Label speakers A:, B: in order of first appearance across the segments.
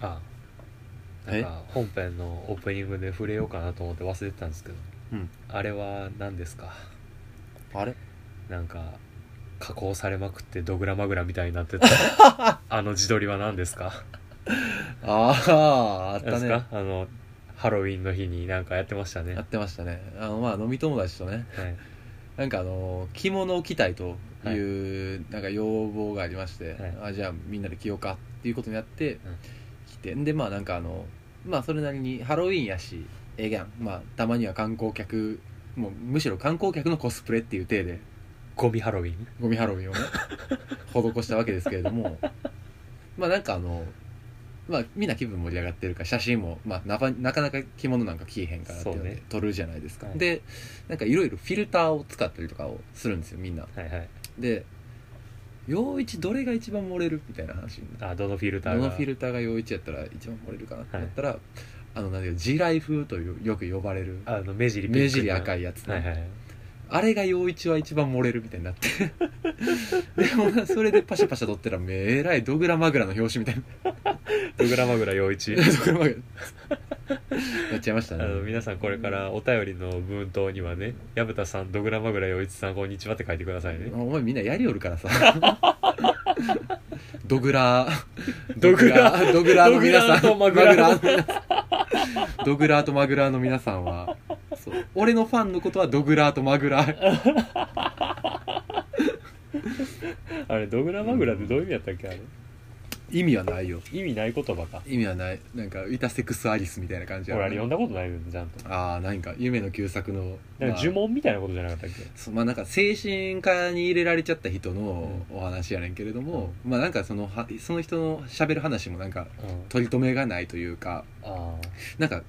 A: あなんか本編のオープニングで触れようかなと思って忘れてたんですけど
B: うん
A: あれは何ですか
B: あれ
A: なんか加工されまくってドグラマグラみたいになってた あの自撮りは何ですか
B: あああっ
A: 何で
B: た
A: す
B: ね
A: かあのハロウィンの日になんかやってましたね、
B: や
A: は
B: ってましたねあのまあ飲み友達とね
A: い
B: なんかあの着物を着たいという、
A: は
B: なんか要望がありまして、
A: は
B: あじゃあみんなで着ようかっていうことになって、
A: ん
B: 着てんでまあなんかあのまあそれなりにハロウィンやしええやんまあたまには観光客もうむしろ観光客のコスプレっていう体で
A: ゴミハロウィン
B: ゴミハロウィンを ね施したわけですけれどもまあなんかあのまあみんな気分盛り上がってるから写真も、まあ、なかなかなか着物なんか着えへんからっていうの
A: そう
B: で
A: ね
B: 撮るじゃないですか、
A: はい
B: でなんかいろいろフィルターを使ったりとかをするんですよみんな
A: はいはい
B: で陽一どれが一番漏れるみたいな話になって
A: あどのフィルタ
B: ど
A: ーが
B: のフィルターが陽一やったら一番漏れるかなって
A: はい
B: なったら、あのなんていうか地雷風というよく呼ばれる
A: あの目尻ピンク
B: 目尻赤いやつ、
A: はいはい
B: あれが陽一は一番漏れるみたいになって でもなそれでパシャパシャ撮ってたらめえらいドグラマグラの表紙みたいな
A: ドグラマグラ陽一
B: ドグラマグラやっちゃいまし
A: あ
B: たね
A: の皆さんこれからお便りの文頭にはね矢蓋さんドグラマグラ陽一さんこんにちはって書いてくださいね
B: お前みんなやりよるか らさドグラ
A: ドグラ
B: ドグラの皆さん
A: ドグラとマグ
B: ドグラとマグラの皆さんはそう俺のファンのことはドグラとマグラ
A: あれドグラマグラってどういう意味やったっけあれ
B: 意味はないよ
A: 意味ない言葉か
B: 意味はないなんかイタセックスアリスみたいな感じや
A: 俺あれ読んだことないよねちゃんと
B: ああなんか夢の旧作の
A: なん
B: ま
A: か
B: あ
A: 呪文みたいなことじゃなかったっけ、
B: そうまあなんか精神科に入れられちゃった人のお話やねんけれども、まあなんかそのはその人の喋る話もなんか取り留めがないというか
A: あ
B: なんか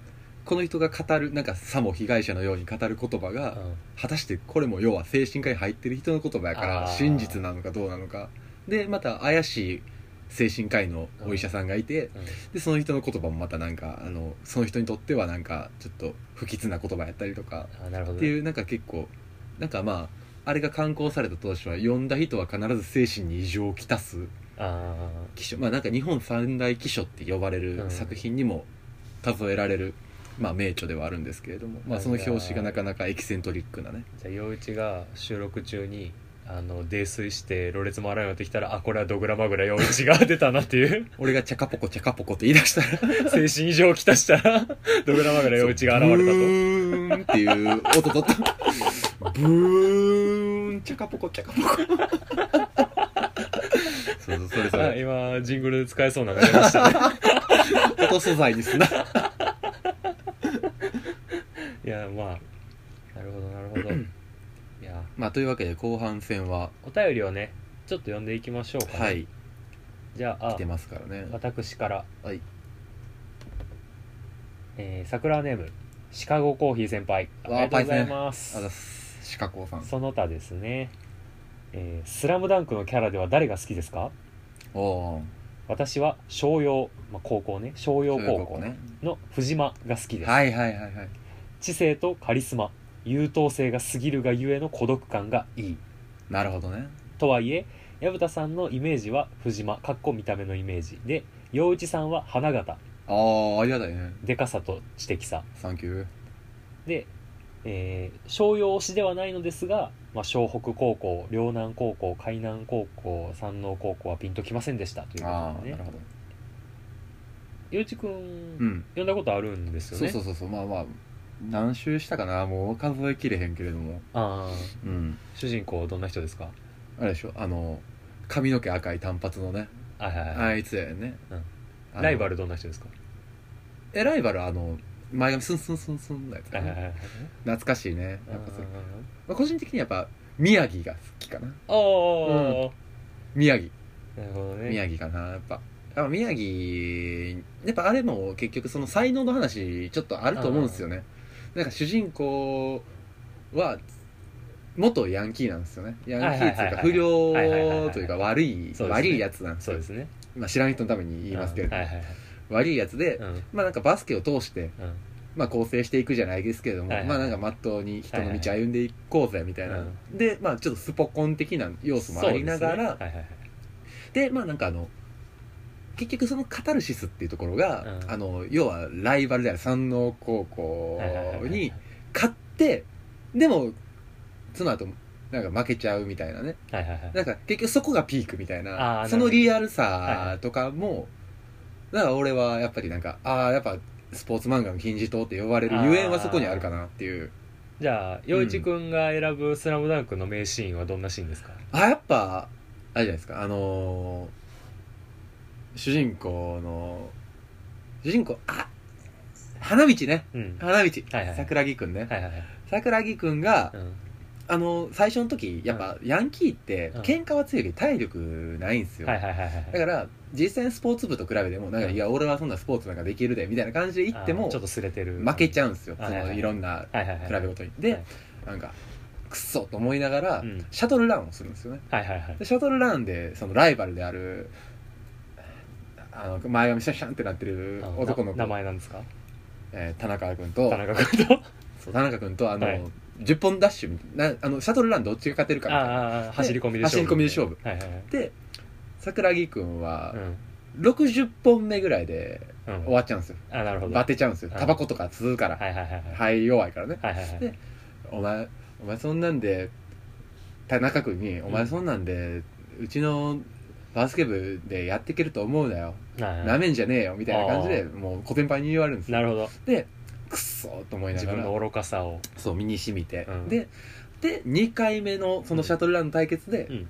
B: この人が語るなんかさも被害者のように語る言葉
A: あ、
B: が、
A: うん
B: 果たしてこれも要は精神科に入ってる人の言葉やから
A: あー
B: 真実なのかどうなのかでまた怪しい精神科医のお医者さんがいて、
A: うん
B: でその人の言葉もまたなんかあのその人にとってはなんかちょっと不吉な言葉やったりとか
A: あなるほど
B: って
A: ね
B: いうなんか結構なんかまああれが刊行された当初は読んだ人は必ず精神に異常をきたす
A: あ
B: 記書まあなんか日本三大記書って呼ばれる
A: うん
B: 作品にも数えられる、まあ名著ではあるんですけれども、まあ、その表紙がなかなかエキセントリックなね
A: あじゃあ陽一が収録中にあの泥酔してろれつ回らなくなってきたらあこれはドグラマグラ陽一が出たなって いう
B: 俺が「チャカポコチャカポコ」って言い出したら
A: 精神異常をきたしたらドグラマグラ陽一が現
B: ブ
A: れ
B: ーンっていう音とったブーンチャカポコチャカポコそうそうそれ
A: た
B: そ
A: とあ
B: れ
A: 今ジングルで使えそうなのが出ました ね
B: 音素材にすない
A: やまあなるほどなるほどいや
B: まあというわけで後半戦は
A: お便りをねちょっと読んでいきましょうか、ね
B: はい
A: じゃあ
B: 来てますからね
A: 私から
B: はい
A: えー、桜ネームシカゴコーヒー先輩あり
B: わあ
A: がとうございま
B: あ
A: す
B: ざっすシカコさん
A: その他ですね、えースラムダンクのキャラでは誰が好きですか
B: おお
A: 私は商用、まあ、高校ね商用高校
B: ね
A: の藤間が好きです、
B: はいはいはいはい
A: 知性とカリスマ優等生が過ぎるがゆえの孤独感がいい
B: なるほどね
A: とはいえ薮田さんのイメージは藤間かっこ見た目のイメージで陽一さんは花形
B: ああありがたいね
A: でかさと知的さ
B: サンキュー
A: で、えー、商用推しではないのですが、まあ、湘北高校陵南高校海南高校山王高校はピンときませんでしたという
B: あ
A: こと
B: あ
A: で
B: なる
A: ね
B: ほど
A: ゆうちくん、
B: うん
A: 読んだことあるんですよ
B: そう
A: ね
B: そううそうそうまあまあ何周したかなもう数えきれへんけれども
A: あー
B: うん
A: 主人公どんな人ですか
B: あれでしょあの髪の毛赤い短髪のね
A: はいはいはい、
B: あいつやね
A: うん
B: あの
A: ライバルどんな人ですか
B: えライバルあの前髪スンスンスンスンのやつ
A: は
B: か
A: いはいは
B: な
A: いはい
B: 懐かしいね
A: あ
B: やっぱそうまあ個人的にやっぱ宮城が好きかな
A: ーおー、
B: 宮城
A: なるほどね
B: 宮城かなやっぱやっぱ宮城やっぱあれも結局その才能の話ちょっとあると思うんですよねなんか主人公は元ヤンキーなんですよねヤンキーっていうか
A: はい
B: 不良
A: はいはいはいはい
B: というか悪い
A: そうですね
B: 悪いやつなんです
A: そう
B: よ
A: ですね
B: まあ知らん人のために言いますけれど
A: うんはいはいはい
B: 悪いやつで
A: うんうん
B: まあなんかバスケを通してまあ構成していくじゃないですけれども
A: はいはい
B: まあなんかまっとうに人の道歩んでいこうぜみたいな
A: うん
B: でまあちょっとスポコン的な要素もありな
A: そ
B: がら
A: うですねはいはいはい
B: でまあなんかあの結局そのカタルシスっていうところが、
A: うん
B: あの要はライバルである山王高校
A: はいはいはいはい
B: に勝ってでもその後なんか負けちゃうみたいなね
A: はいはいはい
B: なんか結局そこがピークみたい
A: あ
B: な
A: ーなる
B: そ
A: ほ
B: の
A: ど
B: リアル
A: はいは
B: さとかも、だから俺はやっぱりなんかああやっぱスポーツ漫画の金字塔って呼ばれるゆえんはそこにあるかなっていう
A: じゃあ陽一君が選ぶ「スラムダンクの名シーンはどんなシーンですか、
B: あやっぱあれじゃないですかあのー主人公の主人公あ花道ね
A: うん、はい
B: 花道、
A: はいはい
B: 桜木くんね、
A: はいはい
B: 桜木くんが、
A: うん
B: あのー最初の時やっぱヤンキーって
A: うん
B: 喧嘩は強いけど体力ないんですよ、
A: はいはいはいはい
B: だから実際スポーツ部と比べてもなんか、
A: うん
B: いや俺はそんなスポーツなんかできるでみたいな感じで行って
A: あー
B: も
A: ちょっとすれてる
B: 負けち
A: ゃ
B: ゃうんですよ、
A: はいはい
B: そのいろんな
A: うはいはいはい
B: 比べごとに、で、
A: はい
B: なんかくっそと思いながら、
A: うん
B: シャトルランをするんですよね
A: はいはいはい
B: でシャトルランでそのライバルであるあの前髪シャンシャンってなってる
A: あ
B: 男の
A: な名
B: 子、
A: 前なんですか
B: えー田中君と
A: 田中君と
B: そう田中君とあの、
A: はい
B: 10本ダッシュみたいなあのシャトルランどっちが勝てるかみたいな
A: ああ走り込みで勝負
B: 走り込みで勝負
A: はいはいはい
B: で桜木君は
A: うん
B: 60本目ぐらいで
A: うん
B: 終わっちゃうんですよ
A: あなるほど
B: バテちゃうんですよ
A: うん
B: タバコとか吸うから
A: はいはいはいはい
B: 肺弱いからね
A: はいはいはい
B: でお前お前そんなんで田中君に「お前そんなんでうちのバスケ部でやっていけると思うなよ
A: はいはい
B: なめんじゃねえよみたいな感じで
A: あ
B: もうコテンパンに言われるんですよ
A: なるほど
B: でくっそーと思いな
A: 自
B: が
A: 分
B: ら
A: の愚かさを
B: そう身に染みて、
A: うん
B: でで2回目のそのシャトルランの対決で、
A: うん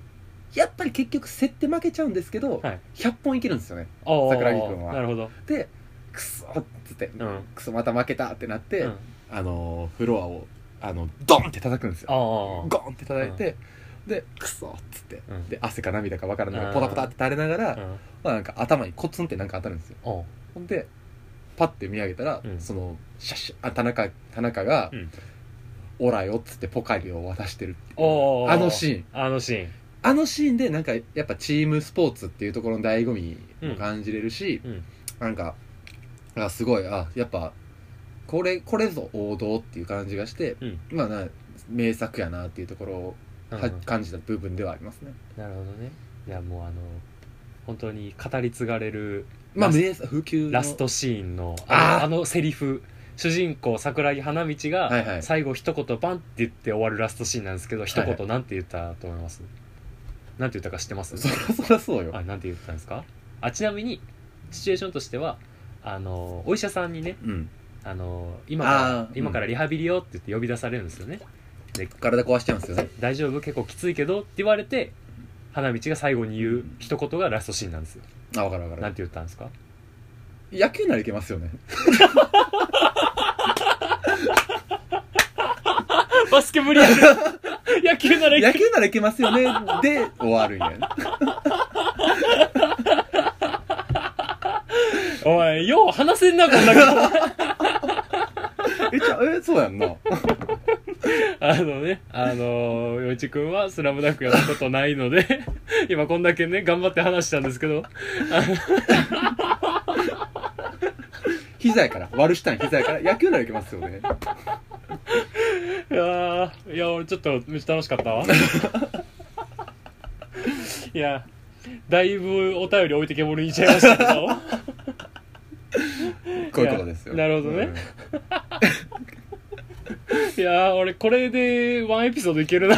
B: やっぱり結局競って負けちゃうんですけど、
A: はい
B: 100本いけるんですよね
A: おー
B: 桜木君は
A: なるほど
B: でくっそーっつって、
A: うんうん
B: くそまた負けたってなって、
A: あ
B: あのーフロアをあのドンって叩くんですよ
A: あ
B: ゴンって叩いて、でくそーっつって
A: うん
B: で汗か涙か分からない
A: あー
B: ポタポタって垂れながら、
A: うん
B: まあ、なんか頭にコツンってなんか当たるんですよ
A: おう
B: ほんでパッて見上げたら、
A: うん
B: そのシャッシャあ田中田中が
A: うん
B: 「オラよ」っつってポカリを渡してるっていう
A: おー
B: あのシーン
A: あのシーン
B: あのシーンでなんかやっぱチームスポーツっていうところの醍醐味も感じれるし、
A: うんうん
B: なんかあすごいあやっぱこれこれぞ王道っていう感じがして、
A: うん
B: まあな名作やなっていうところを
A: う
B: は、
A: ん
B: 感じた部分ではありますね
A: なるほどねいやもうあの本当に語り継がれる
B: まあ
A: ラス
B: 名作普及の
A: ラストシーンのあ
B: あー
A: のあのセリフ主人公桜木花道
B: は
A: が
B: いはい
A: 最後一言バンって言って終わるラストシーンなんですけど一
B: はいは
A: 言なんて言ったと思います、なんて言ったか知ってます
B: そりゃそりゃそうよ
A: あなんて言ったんですかあちなみにシチュエーションとしてはあのお医者さんにね
B: うん
A: あの今から、
B: あーうん
A: 今からリハビリよって言って呼び出されるんですよね
B: 体壊しちゃうんですよね
A: 大丈夫結構きついけどって言われて花道が最後に言う一言がラストシーンなんですよ
B: あ分かる分かる
A: なんて言ったんですか
B: 野球ならいけますよね
A: バスケ無理や 野球なら
B: 野球ならいけま すよねで終わるんやね
A: おい、よう話せんな、こんなこと。
B: えちゃえそうやんな
A: あのね、あのー、よいちくんはスラムダンクやったことないので、 今こんだけね、頑張って話したんですけど、
B: 膝やから悪したん膝やから野球ならいけますよね
A: いやー、いや、俺ちょっとめっちゃ楽しかったわ。 いや、だいぶお便り置いてけぼりにしちゃいましたけど。
B: こういうことですよ
A: いやなるほどね
B: うん
A: いやー、俺これでワンエピソードいけるな。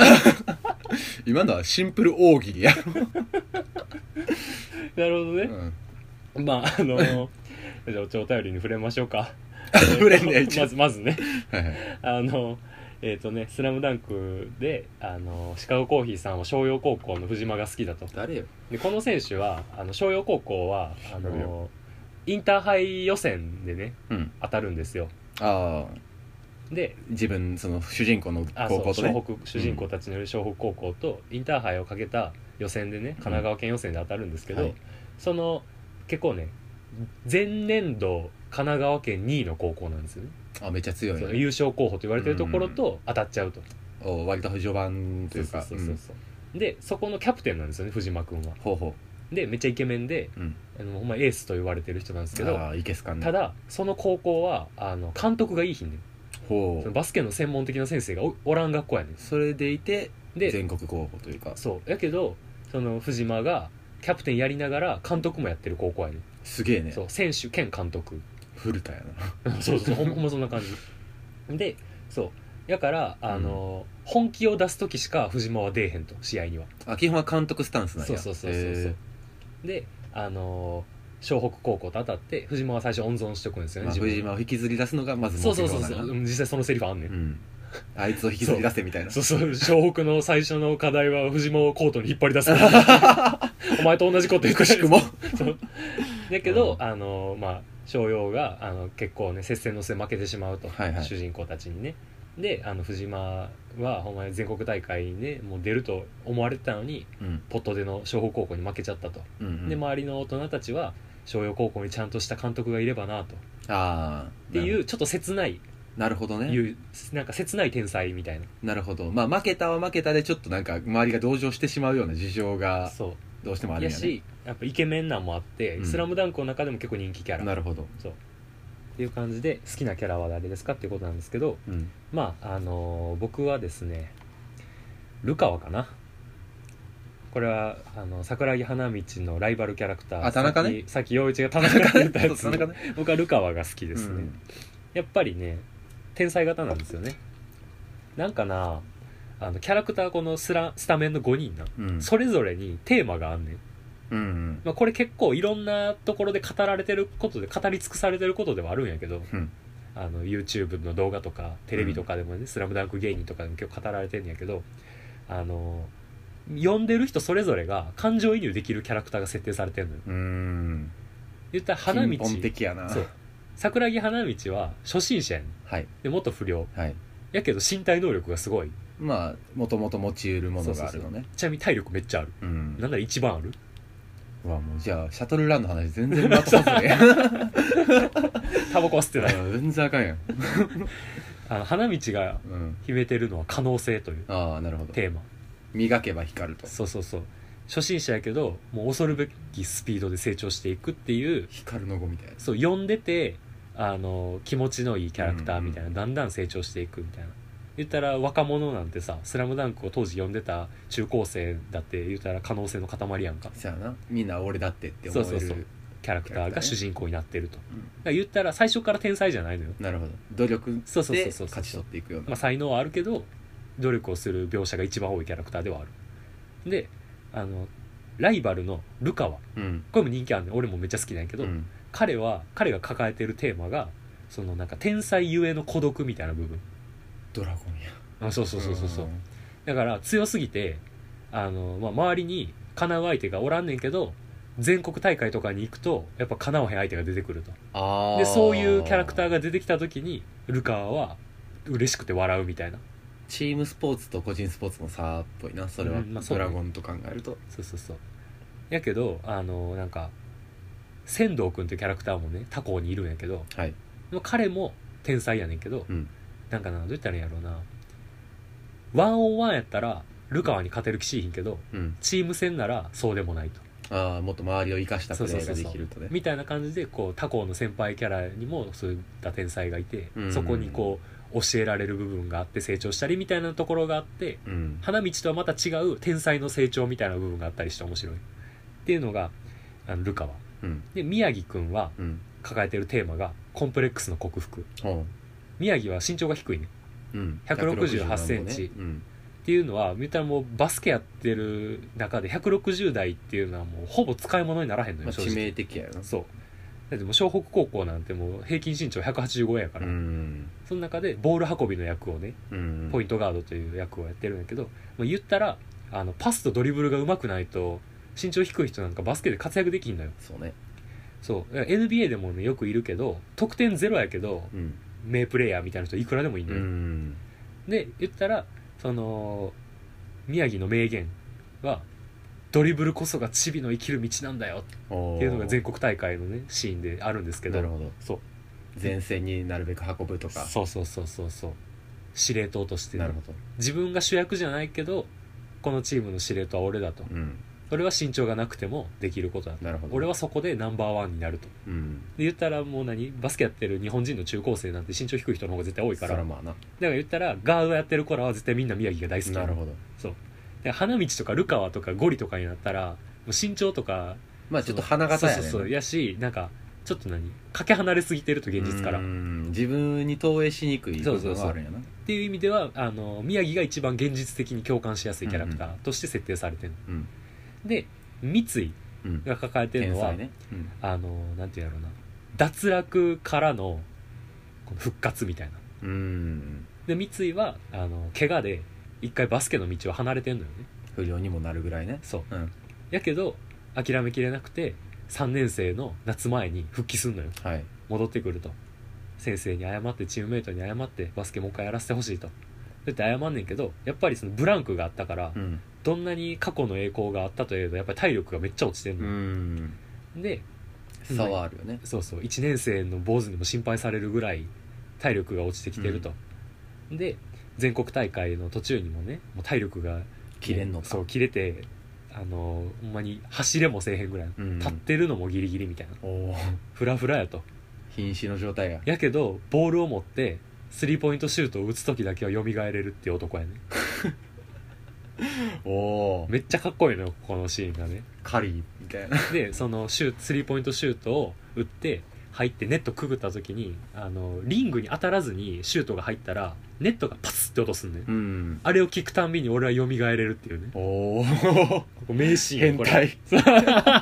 B: 今のはシンプル大喜利やろ、
A: なるほどね。
B: うん
A: まあ、あのー、じゃあ、ちょお便りに触れましょうか。
B: 触れんね一 応
A: まず、まずね。
B: はいはい
A: あのえっ、とね「スラムダンクであのシカゴコーヒーさんは商陽高校の藤間が好きだと
B: 誰よ
A: でこの選手はあの商陽高校はあ
B: 知らん
A: のインターハイ予選でね
B: うん
A: 当たるんですよ
B: ああ
A: で
B: 自分その主人公の
A: あ
B: 高校と
A: そう湘
B: ね
A: 北主人公たちによる湘北高校とインターハイをかけた予選でね神奈川県予選で当たるんですけど、
B: はい
A: その結構ね前年度神奈川県2位の高校なんですよね、
B: あめっちゃ強い
A: その
B: ね
A: 優勝候補と言われてるところと当たっちゃうと、
B: お割と序盤と
A: そ
B: いううか
A: そうそうそう、でそこのキャプテンなんですよね藤間君は
B: うんほうほ
A: でめっちゃイケメンで
B: ううん
A: あのほんまエースと言われてる人なんですけど
B: ああいけすかんね
A: ただその高校はあの監督がいいひんねん
B: ほ
A: そうのバスケの専門的な先生がおおらん学校やねん
B: それでいて
A: で
B: 全国候補というか
A: そうやけどその藤間がキャプテンやりながら監督もやってる高校やねん
B: すげえね
A: そう選手兼監 督
B: 古田や
A: そうそうほんほんまそんな感じでそうやからあの、本気を出す時しか藤間は出えへんと試合には
B: なあ基本は監督スタンスなん
A: そう
B: や
A: そうそうそうそ
B: へ
A: うであの湘北高校と当たって藤間は最初温存しとくんです
B: え
A: よね、
B: まあ、
A: 自分
B: 藤島を引きずり出すのがまず
A: そう
B: 目
A: そう
B: 標
A: そう
B: な
A: そ
B: ん
A: う
B: だ
A: う
B: なん
A: 実際そのセリフあんねん、
B: うんあいつを引きずり出せみたいな
A: そうそう湘北の最初の課題は藤間をコートに引っ張り 出すお前と同じこと言って
B: くしく も
A: だけど、
B: うん
A: あのまあ商用があの結構ね接戦の末負けてしまうと、
B: はいはい
A: 主人公たちにねであの藤間はほんまに全国大会にねもう出ると思われてたのに
B: うん
A: ポットでの湘北高校に負けちゃったと、
B: うんうん
A: で周りの大人たちは商用高校にちゃんとした監督がいればなとっ
B: ああ
A: ていうちょっと切ない
B: なるほど
A: い
B: ね
A: うなんか切ない天才みたい
B: なるほどまあ負けたは負けたでちょっとなんか周りが同情してしまうような事情
A: な
B: が
A: そう
B: どうしてもあるん
A: や
B: やね
A: しやっぱイケメンなんもあって「
B: うん
A: スラムダンクの中でも結構人気キャラっ
B: なるほど
A: ていう感じで好きなキャラは誰ですかっていうことなんですけど
B: うん
A: まああのー僕はですねルカワかなこれはあの桜木花道のライバルキャラクター
B: あ田中
A: さ
B: ね
A: っきさっき陽一が田中って言ったやつ
B: そう田中ね
A: 僕はルカワが好きですね、
B: うん
A: やっぱりね天才型なんですよねなんかなあのキャラクターこのスラスタメンの5人な
B: うん
A: それぞれにテーマがあんねん
B: うんうん
A: まあ、これ結構いろんなところで語られてることで語り尽くされてることではあるんやけど
B: うん
A: あの YouTube の動画とかテレビとかでもね「スラムダンク芸人とかでも結構語られてるんやけどあの呼んでる人それぞれが感情移入できるキャラクターが設定されてるのよ
B: うーん
A: 言ったら花道
B: 根本的やな
A: そう桜木花道は初心者やねん
B: はい
A: で元不良
B: はい
A: やけど身体能力がすごい
B: まあもともと持ち得るものがあるのね
A: ちなみに体力めっちゃある
B: うん
A: なんなら一番ある
B: うわもうじゃあシャトルランの話 全然まとまってない
A: タバコは吸ってない
B: 全然あかんやん
A: あの花道が
B: うん
A: 秘めてるのは可能性という
B: ああなるほど
A: テーマ
B: 磨けば光ると
A: そうそうそう初心者やけどもう恐るべきスピードで成長していくっていう
B: 光の碁みたいな
A: そう呼んでてあの気持ちのいいキャラクターみたいな、
B: うん
A: だんだん成長していくみたいな言ったら若者なんてさ「スラムダンクを当時呼んでた中高生だって言ったら可能性の塊やんか
B: そやなみんな俺だってって思える
A: そうそうそうキャラクターが主人公になってると、
B: う
A: だ
B: ん
A: から言ったら最初から天才じゃないのよ、
B: なるほど努力
A: そうそう
B: で
A: そうそう
B: 勝ち取っていくよう
A: まあ、
B: な
A: 才能はあるけど努力をする描写が一番多いキャラクターではあるであのライバルのルカは
B: うん
A: これも人気あるねん俺もめっちゃ好きなんやけど、
B: うん
A: 彼は彼が抱えてるテーマがそのなんか天才ゆえの孤独みたいな部分
B: ドラゴンや
A: あそうそうそうそうそう
B: うん
A: だから強すぎてあの、まあ、周りにかなう相手がおらんねんけど全国大会とかに行くとやっぱかなわへん相手が出てくると
B: あ
A: でそういうキャラクター
B: が
A: が出てきた時にルカワは嬉しくて笑うみたいな
B: チームスポーツと個人スポーツの差っぽいなそれは、
A: うんまあそう
B: ド
A: ね
B: ラゴンと考えると
A: そうそうそうやけどあのなんか仙道君っていうキャラクターもね他校にいるんやけど
B: はい
A: でも彼も天才やねんけど、
B: うん
A: なんかなどう言ったらいいんやろうなワンオンワンやったらルカワに勝てる気しいひんけど
B: うん
A: チーム戦ならそうでもないと
B: ああもっと周りを生かしたプレー
A: そ
B: が
A: うそうそ
B: で
A: うそう
B: きるとね
A: みたいな感じでこう他校の先輩キャラにもそういった天才がいて、
B: うん
A: そこにこう教えられる部分があって成長したりみたいなところがあって
B: うん
A: 花道とはまた違う天才の成長みたいな部分があったりして面白いっていうのがあのルカワ
B: うん
A: で宮城君は
B: うん
A: 抱えてるテーマがコンプレックスの克服
B: ほ
A: 宮城は身長が低いね
B: ううん
A: 168センチ
B: うん
A: っていうのは見たらもうバスケやってる中で160代っていうのはもうほぼ使い物にならへんの
B: ま
A: よ
B: あ、
A: 正
B: 致
A: 直
B: 命的やよな
A: そうだってもう湘北高校なんてもう平均身長185やから、
B: うん
A: その中でボール運びの役をね
B: うん
A: ポイントガードという役をやってるんやけど、まあ、言ったらあのパスとドリブルが上手くないと身長低い人なんかバスケで活躍できんのよ
B: そうね
A: そうだから NBA でもねよくいるけど得点ゼロやけど
B: うん
A: 名プレイヤーみたいな人いくらでもいいの
B: う
A: よ、
B: ん
A: で言ったらその宮城の名言は「ドリブルこそがチビの生きる道なんだよ」
B: おー
A: っていうのが全国大会のねシーンであるんですけど
B: なるほど
A: そう
B: 前線になるべく運ぶとか
A: そうそうそうそうそう司令塔としてね、
B: なるほど
A: 自分が主役じゃないけどこのチームの司令塔は俺だと
B: うん
A: それは身長がなくてもできることだと
B: なるほど
A: 俺はそこでナンバーワンになると
B: うん
A: で言ったらもう何バスケやってる日本人の中高生なんて身長低い人の方が絶対多いから
B: そら
A: だか
B: まあな
A: ら言ったらガードやってる子らは絶対みんな宮城が大好き
B: なるほど
A: で花道とかルカワとかゴリとかになったらもう身長とか
B: まあちょっと花形やね
A: そ
B: んな
A: うそうそうやしなんかちょっと何かけ離れすぎてると現実から
B: う
A: っ
B: ん自分に投影しにくい部分があるんやな
A: ていう意味ではあの宮城が一番現実的に共感しやすいキャラクターとして設定されてる、
B: うん
A: で三井
B: うん
A: が抱えてる
B: 天
A: のは、
B: 才ねうん
A: あのなんていうんやろうな脱落からのこの復活みたいな
B: うん
A: で三井はあの怪我で一回バスケの道を離れてんのよね
B: 不良にもなるぐらいね
A: そう
B: うん
A: やけど諦めきれなくて3年生の夏前に復帰すんのよ
B: はい
A: 戻ってくると先生に謝ってチームメイトに謝ってバスケもう一回やらせてほしいとだって謝んねんけどやっぱりそのブランクがあったから、
B: うん
A: どんなに過去の栄光があったといえどやっぱり体力がめっちゃ落ちてん
B: う
A: の、
B: ん
A: で
B: 差はあるよね
A: そうそう1年生の坊主にも心配されるぐらい体力が落ちてきてると、で全国大会の途中にもねもう体力が
B: 切れんのか
A: そう切れてあのほんまに走れもせえへんぐらいの、
B: うん
A: 立ってるのもギリギリみたいな
B: お おー
A: フラフラやと
B: 瀕死の状態や
A: やけどボールを持ってスリーポイントシュートを打つ時だけは蘇れるっていう男やね
B: おお
A: めっちゃかっこいいのよこのシーンがね
B: 狩りみたいな
A: でそのシュースリーポイントシュートを打って入ってネットくぐった時にあのリングに当たらずにシュートが入ったらネットがパスって落とすんね、ん、
B: うん
A: あれを聞くたんびに俺は蘇れるっていうね
B: おお
A: 名シーン
B: 変
A: これ
B: 態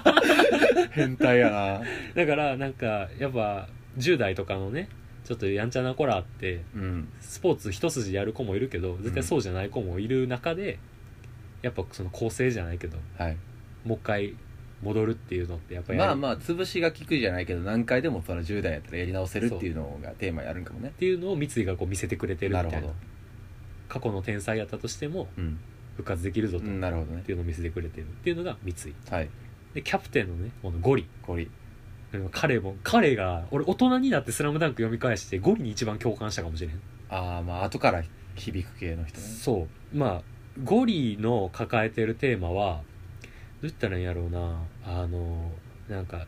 B: 変態やな
A: だからなんかやっぱ10代とかのねちょっとやんちゃな子らって
B: うん
A: スポーツ一筋やる子もいるけど絶対そうじゃない子もいる中で、やっぱその構成じゃないけど
B: はい
A: もう一回戻るっていうのってやっぱり
B: まあ
A: っ
B: まあ潰しが効くじゃないけど何回でもその10代やったらやり直せるっていうのがテーマやるんかもね
A: ていうのを三井がこう見せてくれてるみ
B: な
A: たい
B: る
A: な
B: ほど
A: 過去の天才やったとしても
B: うん
A: 復活できるぞと、
B: う
A: っ
B: んなるほどね
A: ていうのを見せてくれてるっていうのが三井
B: はい
A: でキャプテンのねこのゴリ
B: これ
A: 彼も彼が俺大人になって「スラムダンク読み返してゴリに一番共感したかもしれへん、
B: ああまあ後から響く系の人ね
A: そうまあゴリの抱えてるテーマはどう言ったらいいんやろうなあのなんか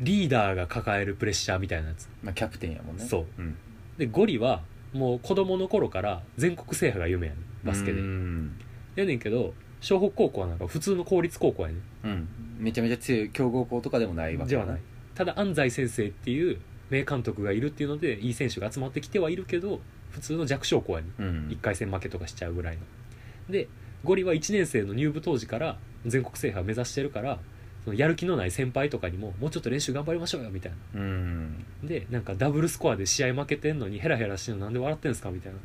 A: リーダーが抱えるプレッシャーみたいなやつ
B: まあキャプテンやもんね
A: そう
B: うん
A: でゴリはもう子供の頃から全国制覇が夢やねんバスケで
B: うん
A: やねんけど湘北高校はなんか普通の公立高校やねん
B: うんめちゃめちゃ強い強豪校とかでもないわけ
A: ではないただ安西先生っていう名監督がいるっていうのでいい選手が集まってきてはいるけど普通の弱小校やねん
B: う
A: 1
B: ん
A: 回戦負けとかしちゃうぐらいのでゴリは1年生の入部当時から全国制覇目指してるからそのやる気のない先輩とかにももうちょっと練習頑張りましょうよみたいな
B: うん
A: でなんかダブルスコアで試合負けてんのにヘラヘラしてんのなんで笑ってんすかみたいなで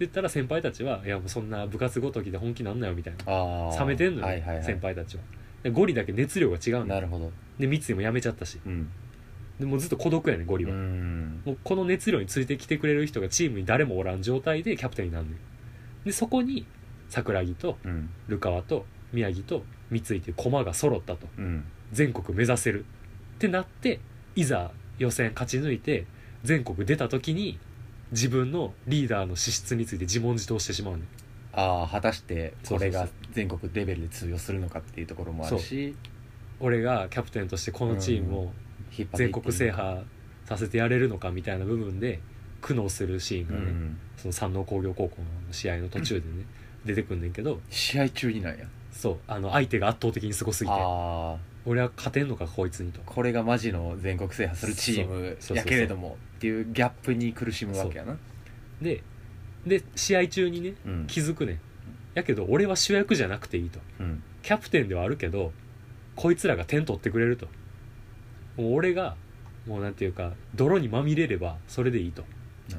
A: 言ったら先輩たちはいやもうそんな部活ごときで本気なんなよみたいな
B: ああ
A: 冷めてんのよ、
B: はいはいはい
A: 先輩たちはでゴリだけ熱量が違うんだ
B: なるほど
A: で三井も辞めちゃったし
B: うん
A: でもうずっと孤独やねゴリ
B: う
A: は、
B: ん
A: もうこの熱量についてきてくれる人がチームに誰もおらん状態でキャプテンになんねんでそこに桜木と
B: うん
A: ルカワと宮城と三井という駒が揃ったと
B: うん
A: 全国目指せるってなっていざ予選勝ち抜いて全国出た時に自分のリーダーの資質について自問自答してしまうね
B: ああ果たして
A: そうそうそう
B: これが全国レベルで通用するのかっていうところもあるし
A: 俺がキャプテンとしてこのチームを
B: 引っ張ってい
A: 全
B: って
A: 国制覇させてやれるのかみたいな部分で苦悩するシーン
B: う
A: がね、
B: ん
A: その山王工業高校の試合の途中でね出てくんねんけど
B: 試合中になんや
A: そうあの相手が圧倒的にすごすぎて
B: ああ
A: 俺は勝てんのかこいつにと
B: これがマジの全国制覇するチーム
A: そうそうそうそう
B: やけれどもっていうギャップに苦しむわけやな
A: でで試合中にね
B: うん
A: 気づくねんやけど俺は主役じゃなくていいと
B: うん
A: キャプテンではあるけどこいつらが点取ってくれるともう俺がもうなんていうか泥にまみれればそれでいいと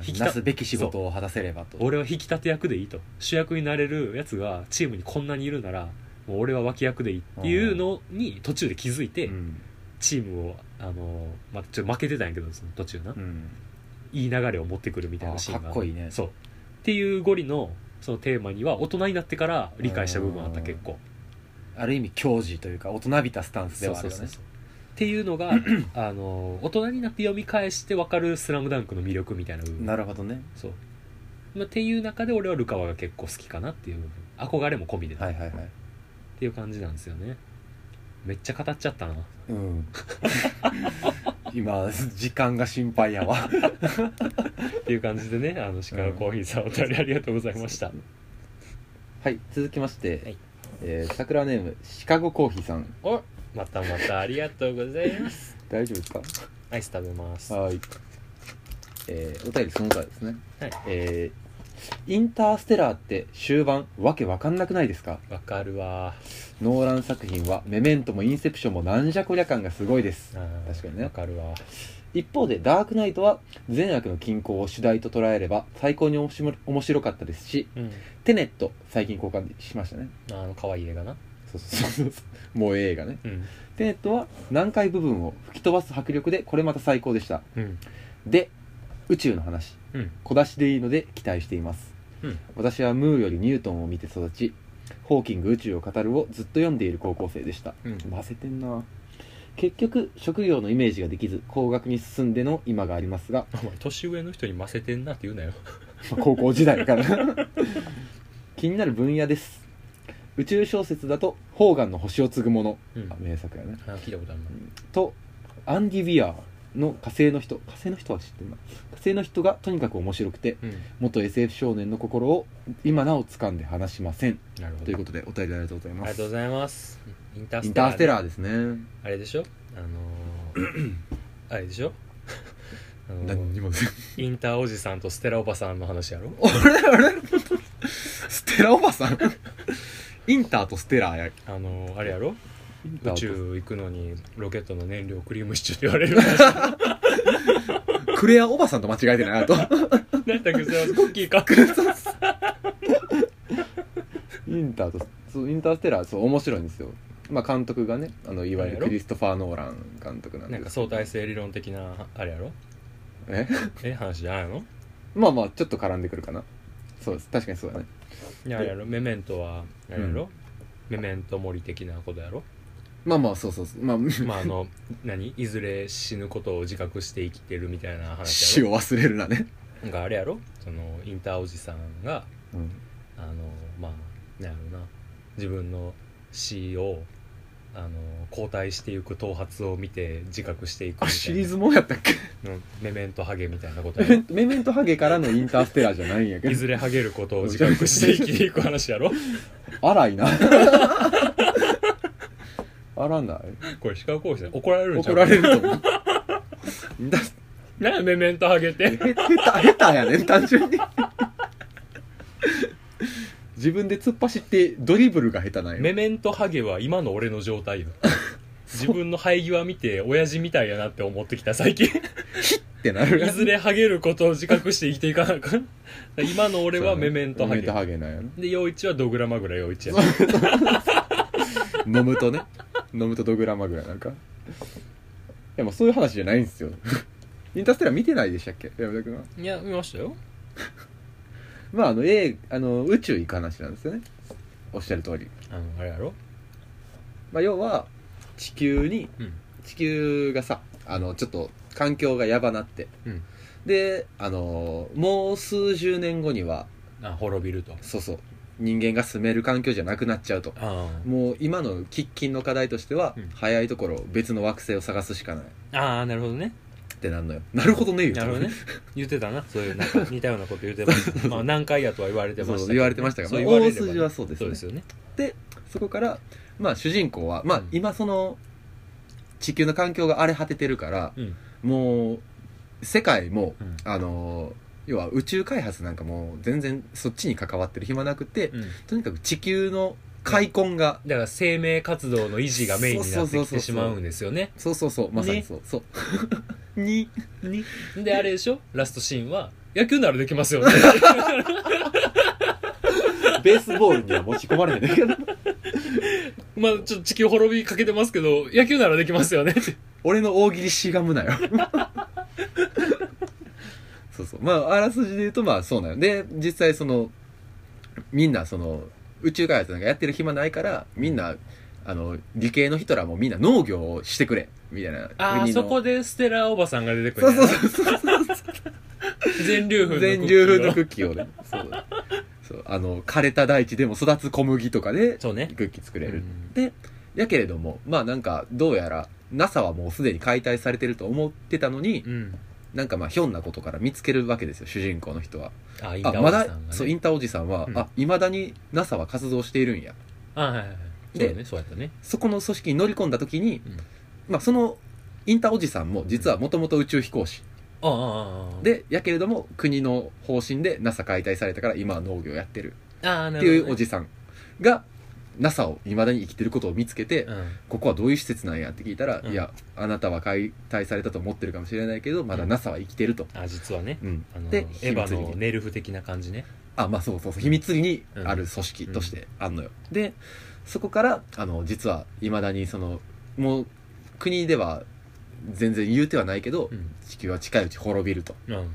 A: 引きた
B: なすべき仕事を果たせればと
A: 俺は引き立て役でいいと主役になれるやつがチームにこんなにいるならもう俺は脇役でいいっていうのに途中で気づいて
B: うん
A: チームをあの、まあ、ちょっと負けてたんやけどその途中な
B: うん
A: いい流れを持ってくるみたいなシーンが
B: あかっこいいね
A: そうっていうゴリのそのテーマには大人になってから理解した部分あった
B: うん
A: 結構
B: ある意味教示というか大人びたスタンスで
A: そう
B: はあ
A: そう
B: るよ
A: そう
B: ね
A: そうっていうの があの大人になって読み返して分かる「スラムダンクの魅力みたいな部分
B: なるほどね
A: そう、まあ、っていう中で俺はルカワが結構好きかなっていう部分憧れも込みで、
B: は
A: っ
B: いはいはい
A: ていう感じなんですよねめっちゃ語っちゃったな
B: うん 今時間が心配やわ
A: っていう感じで ねあのシカゴコーヒーさんお便りありがとうございました、
B: はい続きまして、
A: はい
B: えー、桜ネームシカゴコーヒーさん
A: おまたまたありがとうござい ます
B: 大丈夫ですか
A: アイス食べますは
B: はい。えー、お便りその他ですね。
A: い
B: えー、インターステラーって終盤わけわかんなくないですか
A: わかるわ
B: ノーラン作品はメメントもインセプションもなんじゃこりゃ感がすごいです確
A: 確
B: かにね
A: わかるわ
B: 一方でダークナイトは善悪の均衡を主題と捉えれば最高におもしも面白かったですし
A: うん
B: テネット最近公開しましたね
A: あの可愛い映画な
B: そうそうそうそうもう映画ね
A: うん
B: テネットは難解部分を吹き飛ばす迫力でこれまた最高でした
A: うん
B: で宇宙の話
A: うん
B: 小出しでいいので期待しています、
A: うん
B: 私はムーよりニュートンを見て育ちホーキング宇宙を語るをずっと読んでいる高校生でした
A: うん
B: 混ぜてんな結局職業のイメージができず工学に進んでの今がありますが、
A: お前年上の人にませてんなって言うなよ
B: まあ高校時 代から気になる分野です宇宙小説だと「ホーガンの星を継ぐもの
A: うん」
B: あ名作やね
A: あ聞いたことあるな
B: とアンディ・ビアーの火星の人火星の人は知ってるな火星の人がとにかく面白くて
A: うん
B: 元 SF 少年の心を今なお掴んで離しません
A: なるほど
B: ということでお便りありがとうござい
A: あ
B: ま
A: りがとうご
B: す
A: ざいますインター
B: イ
A: ス
B: ン
A: テラー
B: ターステラーですね
A: あれでしょあのーあれでしょあのー
B: も
A: インターおじさんとステラおばさんの話やろ
B: 俺俺 ステラおばさんインターとステラーや
A: あのーあれやろ
B: インター
A: 宇
B: と
A: 宙行くのにロケットの燃料クリームシチューって言われる
B: クレアおばさんと間違えてないあと
A: なんだっけそれはコッキーか
B: インターとそうインターステラーそう面白いんですよまあ監督がねあのいわゆるクリストファー・ノーラン監督なん
A: な
B: で
A: んか
B: すけ
A: 相
B: ど
A: 対性理論的なあれやろ
B: え
A: え話じゃないの
B: まあまあちょっと絡んでくるかなそうです確かにそうだね
A: いやあれやろメメントはあれやろ、メメント森的なことやろ
B: まあまあそうそうそうまあ
A: まああの何いずれ死ぬことを自覚して生きてるみたいな話
B: 死
A: やろ
B: を忘れるなね、
A: なんかあれやろそのインターおじさんが
B: うん、
A: あのまあなんやろうな自分の死をあの交代していく頭髪を見て自覚していくみたい
B: あ
A: な
B: シリーズもんやったっけ
A: うんメメントハゲみたいなこと
B: メ
A: や
B: メ
A: ろ
B: ントメメントハゲからのインターステラーじゃないんやけ
A: い
B: ど
A: ずれハゲることを自覚して生きていく話やろ
B: 荒い な荒ない
A: これ歯科講師だ怒られるんちゃ
B: 怒
A: う
B: られると思うインタース
A: なんやメメントハゲって
B: へ下手下手やねん単純に自分で突っ走ってドリブルが下手なん
A: メ
B: よ
A: メントハゲは今の俺の状態 よ自分の生え際見て親父みたいやなって思ってきた最近
B: ってないる
A: ずれハゲることを自覚して生きていかなあかん今の俺はメメントハ
B: メメン
A: ゲ
B: トハゲなんやな
A: で陽一はドグラマグラ陽 一や
B: 飲むとね飲むとドグラマぐらいなんかいやもうそういう話じゃないんですよ インターステラー見てないでしたっけ山田君はい
A: や見ましたよ
B: まああの、A、あの宇宙行く話なんですよねおっしゃる通り、
A: あのあれやろ
B: まあ、要は地球に
A: うん
B: 地球がさあのちょっと環境がやばなって、
A: うん
B: であのもう数十年後には
A: あ滅びると
B: そうそう人間が住める環境じゃなくなっちゃうと
A: あ
B: もう今の喫緊の課題としては、
A: うん
B: 早いところ別の惑星を探すしかない
A: あああなるほどね
B: ってなんのよなるほどね言うと
A: なるほどね言ってたなそういう なんか似たようなこと言ってましたまあ何回やとは言われてました
B: そ
A: けど
B: うそう
A: ね
B: 言われてましたが
A: そう
B: ま
A: 言
B: あ
A: われ
B: 大
A: ればね
B: 筋はそうです
A: そう
B: ね
A: ですよね
B: そこから、まあ、主人公は、まあ
A: うん、
B: 今その地球の環境が荒れ果ててるから
A: うん
B: もう世界も、
A: うん
B: あの要は宇宙開発なんかもう全然そっちに関わってる暇なくて、
A: うん
B: とにかく地球の開墾が、
A: だから生命活動の維持がメインになってきてしまうんですよね
B: そうそうそうまさに
A: ね
B: そう、そう に
A: にであれでしょラストシーンは野球ならできますよね
B: ベースボールには持ち込まれないんだけど
A: まあちょっと地球滅びかけてますけど野球ならできますよねって
B: 俺の大喜利しがむなよ そうそうまああらすじで言うとまあそうなので実際そのみんなその宇宙開発なんかやってる暇ないからみんなあの理系の人らもみんな農業をしてくれみたいな
A: ああ
B: 国の
A: そこでステラおばさんが出てく
B: そう
A: る
B: そうそうそう
A: 全粒粉の
B: 全粒粉のクッキーをねそうそうあの枯れた大地でも育つ小麦とかで
A: そうね
B: クッキー作れる、
A: うん
B: でやけれどもまあなんかどうやら NASA はもうすでに解体されてると思ってたのに、
A: うん
B: なんかまあひょんなことから見つけるわけですよ主人公の人は
A: あインタ
B: あ
A: ー
B: ま
A: おじさん
B: だ
A: がね
B: そうインターおじさんは、
A: うん
B: あいまだに NASA は活動しているんや
A: あはいはいはい
B: で
A: そうだねそうやったね
B: そこの組織に乗り込んだ時に、
A: うん
B: まあ、そのインターおじさんも実はもともと宇宙飛行士
A: ああああああ
B: でやけれども国の方針で NASA 解体されたから今は農業やってる
A: ああなる
B: っ
A: ほ
B: て
A: どね
B: いうおじさんが NASA を未だに生きてることを見つけて、
A: うん
B: ここはどういう施設なんやって聞いたら、
A: うん
B: いやあなたは解体されたと思ってるかもしれないけどまだ NASA は生きてると、
A: あ実はね
B: うん
A: あのエ
B: で
A: ヴ
B: 秘密
A: ァ
B: 裏
A: の
B: に
A: ネルフ的な感じね
B: あまあそうそうそう秘密裏にある組織としてあんのよ、でそこからあの実はいまだにそのもう国では全然言うてはないけど、
A: うん
B: 地球は近いうち滅びると
A: うん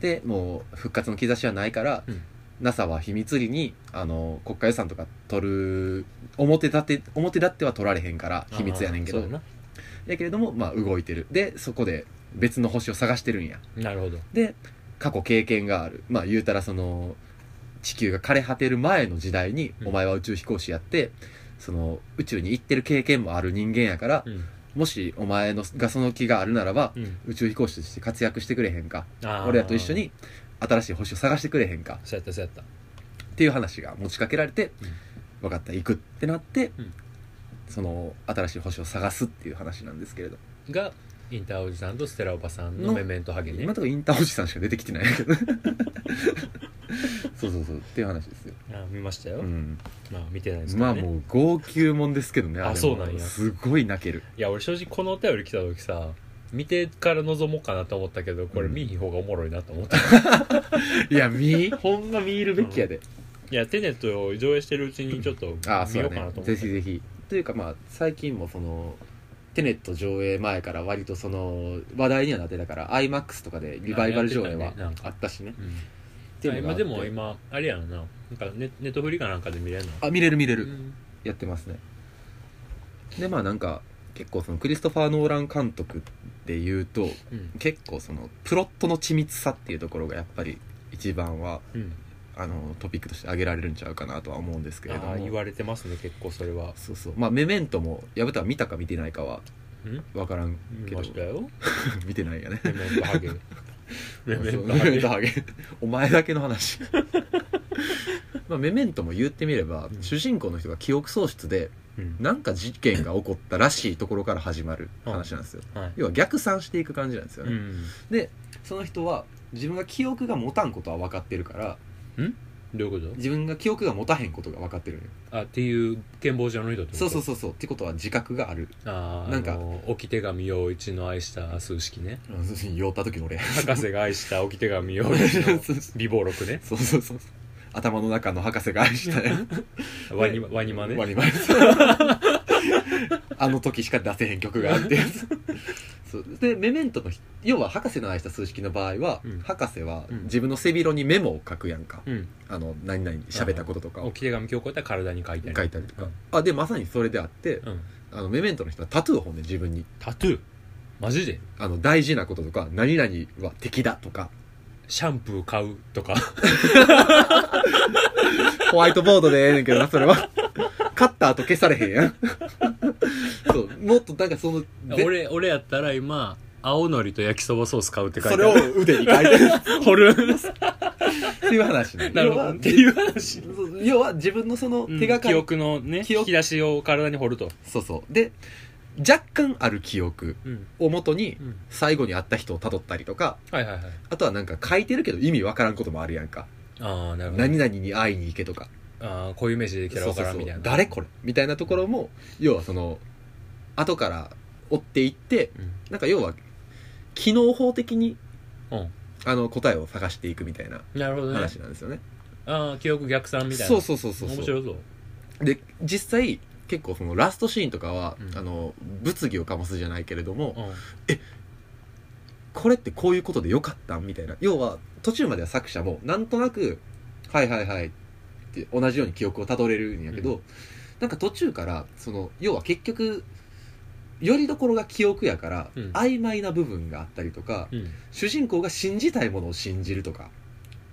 B: でもう復活の兆しはないから、
A: うん
B: NASA は秘密裏にあの国家予算とか取る表立て表立っては取られへんから秘密やねんけ
A: あ
B: ど
A: あそうだ
B: やけれどもまあ動いてるでそこで別の星を探してるんや
A: ななるほど
B: で過去経験があるまあ言うたらその地球が枯れ果てる前の時代に
A: うん
B: お前は宇宙飛行士やって、その宇宙に行ってる経験もある人間やから
A: うん
B: もしお前のがその気があるならば
A: うん
B: 宇宙飛行士として活躍してくれへんか
A: ああ
B: 俺らと一緒に新しい星を探してくれへんか
A: そうやったそうやった
B: っていう話が持ちかけられて、
A: うん
B: 分かった行くってなって、
A: うん
B: その新しい星を探すっていう話なんですけれど
A: がインターおじさんとステラおばさんの
B: の
A: メメントハゲ
B: 今
A: ね
B: のところインターおじさんしか出てきてないけど そうそうそうっていう話ですよ、
A: あ見ましたよ、
B: うん
A: まあ見てないですけ
B: ま
A: どね、
B: あもう号泣もんですけどね
A: あ
B: れも
A: そうなんや
B: すごい泣 ける
A: いや俺正直このお便り来た時さ見てから望もうかなと思ったけどこれ
B: うん
A: 見ひん方がおもろいなと思った、
B: いや見ほんま見るべきやで、
A: いやテネットを上映してるうちにちょっと
B: ああそ
A: 見
B: う
A: よ
B: だ
A: うかな
B: ね
A: と思って、
B: ぜひぜひというかまあ最近もそのテネット上映前から割とその話題にはなってたから iMAX とかでリバイバル上映はあったしねって
A: うん、
B: いうのがあ
A: 今
B: って
A: でも今あれやろななんかネネットフリかなんかで見れるの
B: あ見れる見れる、
A: うん
B: やってますねでまあなんか結構そのクリストファー・ノーラン監督っていうと
A: うん
B: 結構そのプロットの緻密さっていうところがやっぱり一番は
A: うん
B: あのトピックとして挙げられるんちゃうかなとは思うんですけれど
A: ああ言
B: も
A: われてますね結構それは
B: そうそうまあメメントも薮田は見たか見てないかは
A: うん
B: 分からん
A: 見
B: けど
A: ましたよ
B: 見てないよね
A: メメント ハゲ メメントハ
B: そうメメ
A: ゲ
B: ントハゲ お前だけの話 まあメメントも言ってみれば、
A: うん
B: 主人公の人が記憶喪失で
A: うん
B: なんか事件が起こったらしいところから始まる話なんですよ、
A: はい
B: 要は逆算していく感じなんですよ
A: う
B: ね、
A: ん
B: でその人は自分が記憶が持たんことは分かってるから
A: どういうこ
B: 自分が記憶が持たへんことが分かってるのよ
A: とあっていう健忘症の人ってこと
B: そうそうそうそうってことは自覚がある
A: ああ
B: なんか
A: あの置き手紙陽一の愛した数式 ね
B: 酔った時の俺
A: 博士が愛した置き手紙陽一 の美貌録ね
B: そうそうそう頭の中の博士が愛したよ
A: ワニワニマね
B: ワ ニマあの時しか出せへん曲があるってやつそうでメメントのひ要は博士の愛した数式の場合は、
A: うん
B: 博士は
A: うん
B: 自分の背広にメモを書くやんか、
A: うん
B: あの何々喋ったこととかを
A: 置き手紙今日こうやったら体に書いたり
B: 書いたりとか、あでまさにそれであって
A: うん、
B: あのメメントの人はタトゥーを本で自分に
A: タトゥーマジで
B: あの大事なこととか何々は敵だとか
A: シャンプー買うとか
B: ホワイトボードでええねんけどなそ れは勝った後消されへんやんそうもっとなんかそのぜ
A: 俺俺やったら今青のりと焼きそばソース買うって書い
B: そ
A: て
B: れ
A: あ
B: を
A: る
B: 腕に書いてる
A: それを掘る
B: っていう話ね
A: なるほどっていう話
B: 要はそう要は自分のその手がか
A: 記
B: り、
A: 憶のね
B: 記憶
A: 引き出しを体に掘ると
B: そうそうで若干ある記憶
A: うん、
B: をもとに
A: うん、
B: 最後に会った人を辿ったりとか
A: はいはいはい
B: あとはなんか書いてるけど意味わからんこともあるやんか
A: ああなるほど
B: 何々に会いに行けとか
A: ああこういう名詞できたら
B: そう
A: 分
B: そ
A: から
B: うそ
A: んみたいな
B: う誰これみたいなところも要はその後から追っていって
A: うん
B: なんか要は機能法的に
A: うん
B: あの答えを探していくみたいな
A: なるほどね
B: 話なんですよね
A: ああ記憶逆算みたいな
B: そうそうそうそう
A: 面白そう
B: で実際結構そのラストシーンとかは、
A: うん
B: あの物議を醸すじゃないけれども、
A: うん
B: これってこういうことでよかったんみたいな要は途中までは作者もなんとなく「はいはいはい」って同じように記憶をたどれるんやけど、
A: う
B: なんか途中からその要は結局よりどころが記憶やから、
A: うん
B: 曖昧な部分があったりとか、
A: うん
B: 主人公が信じたいものを信じるとか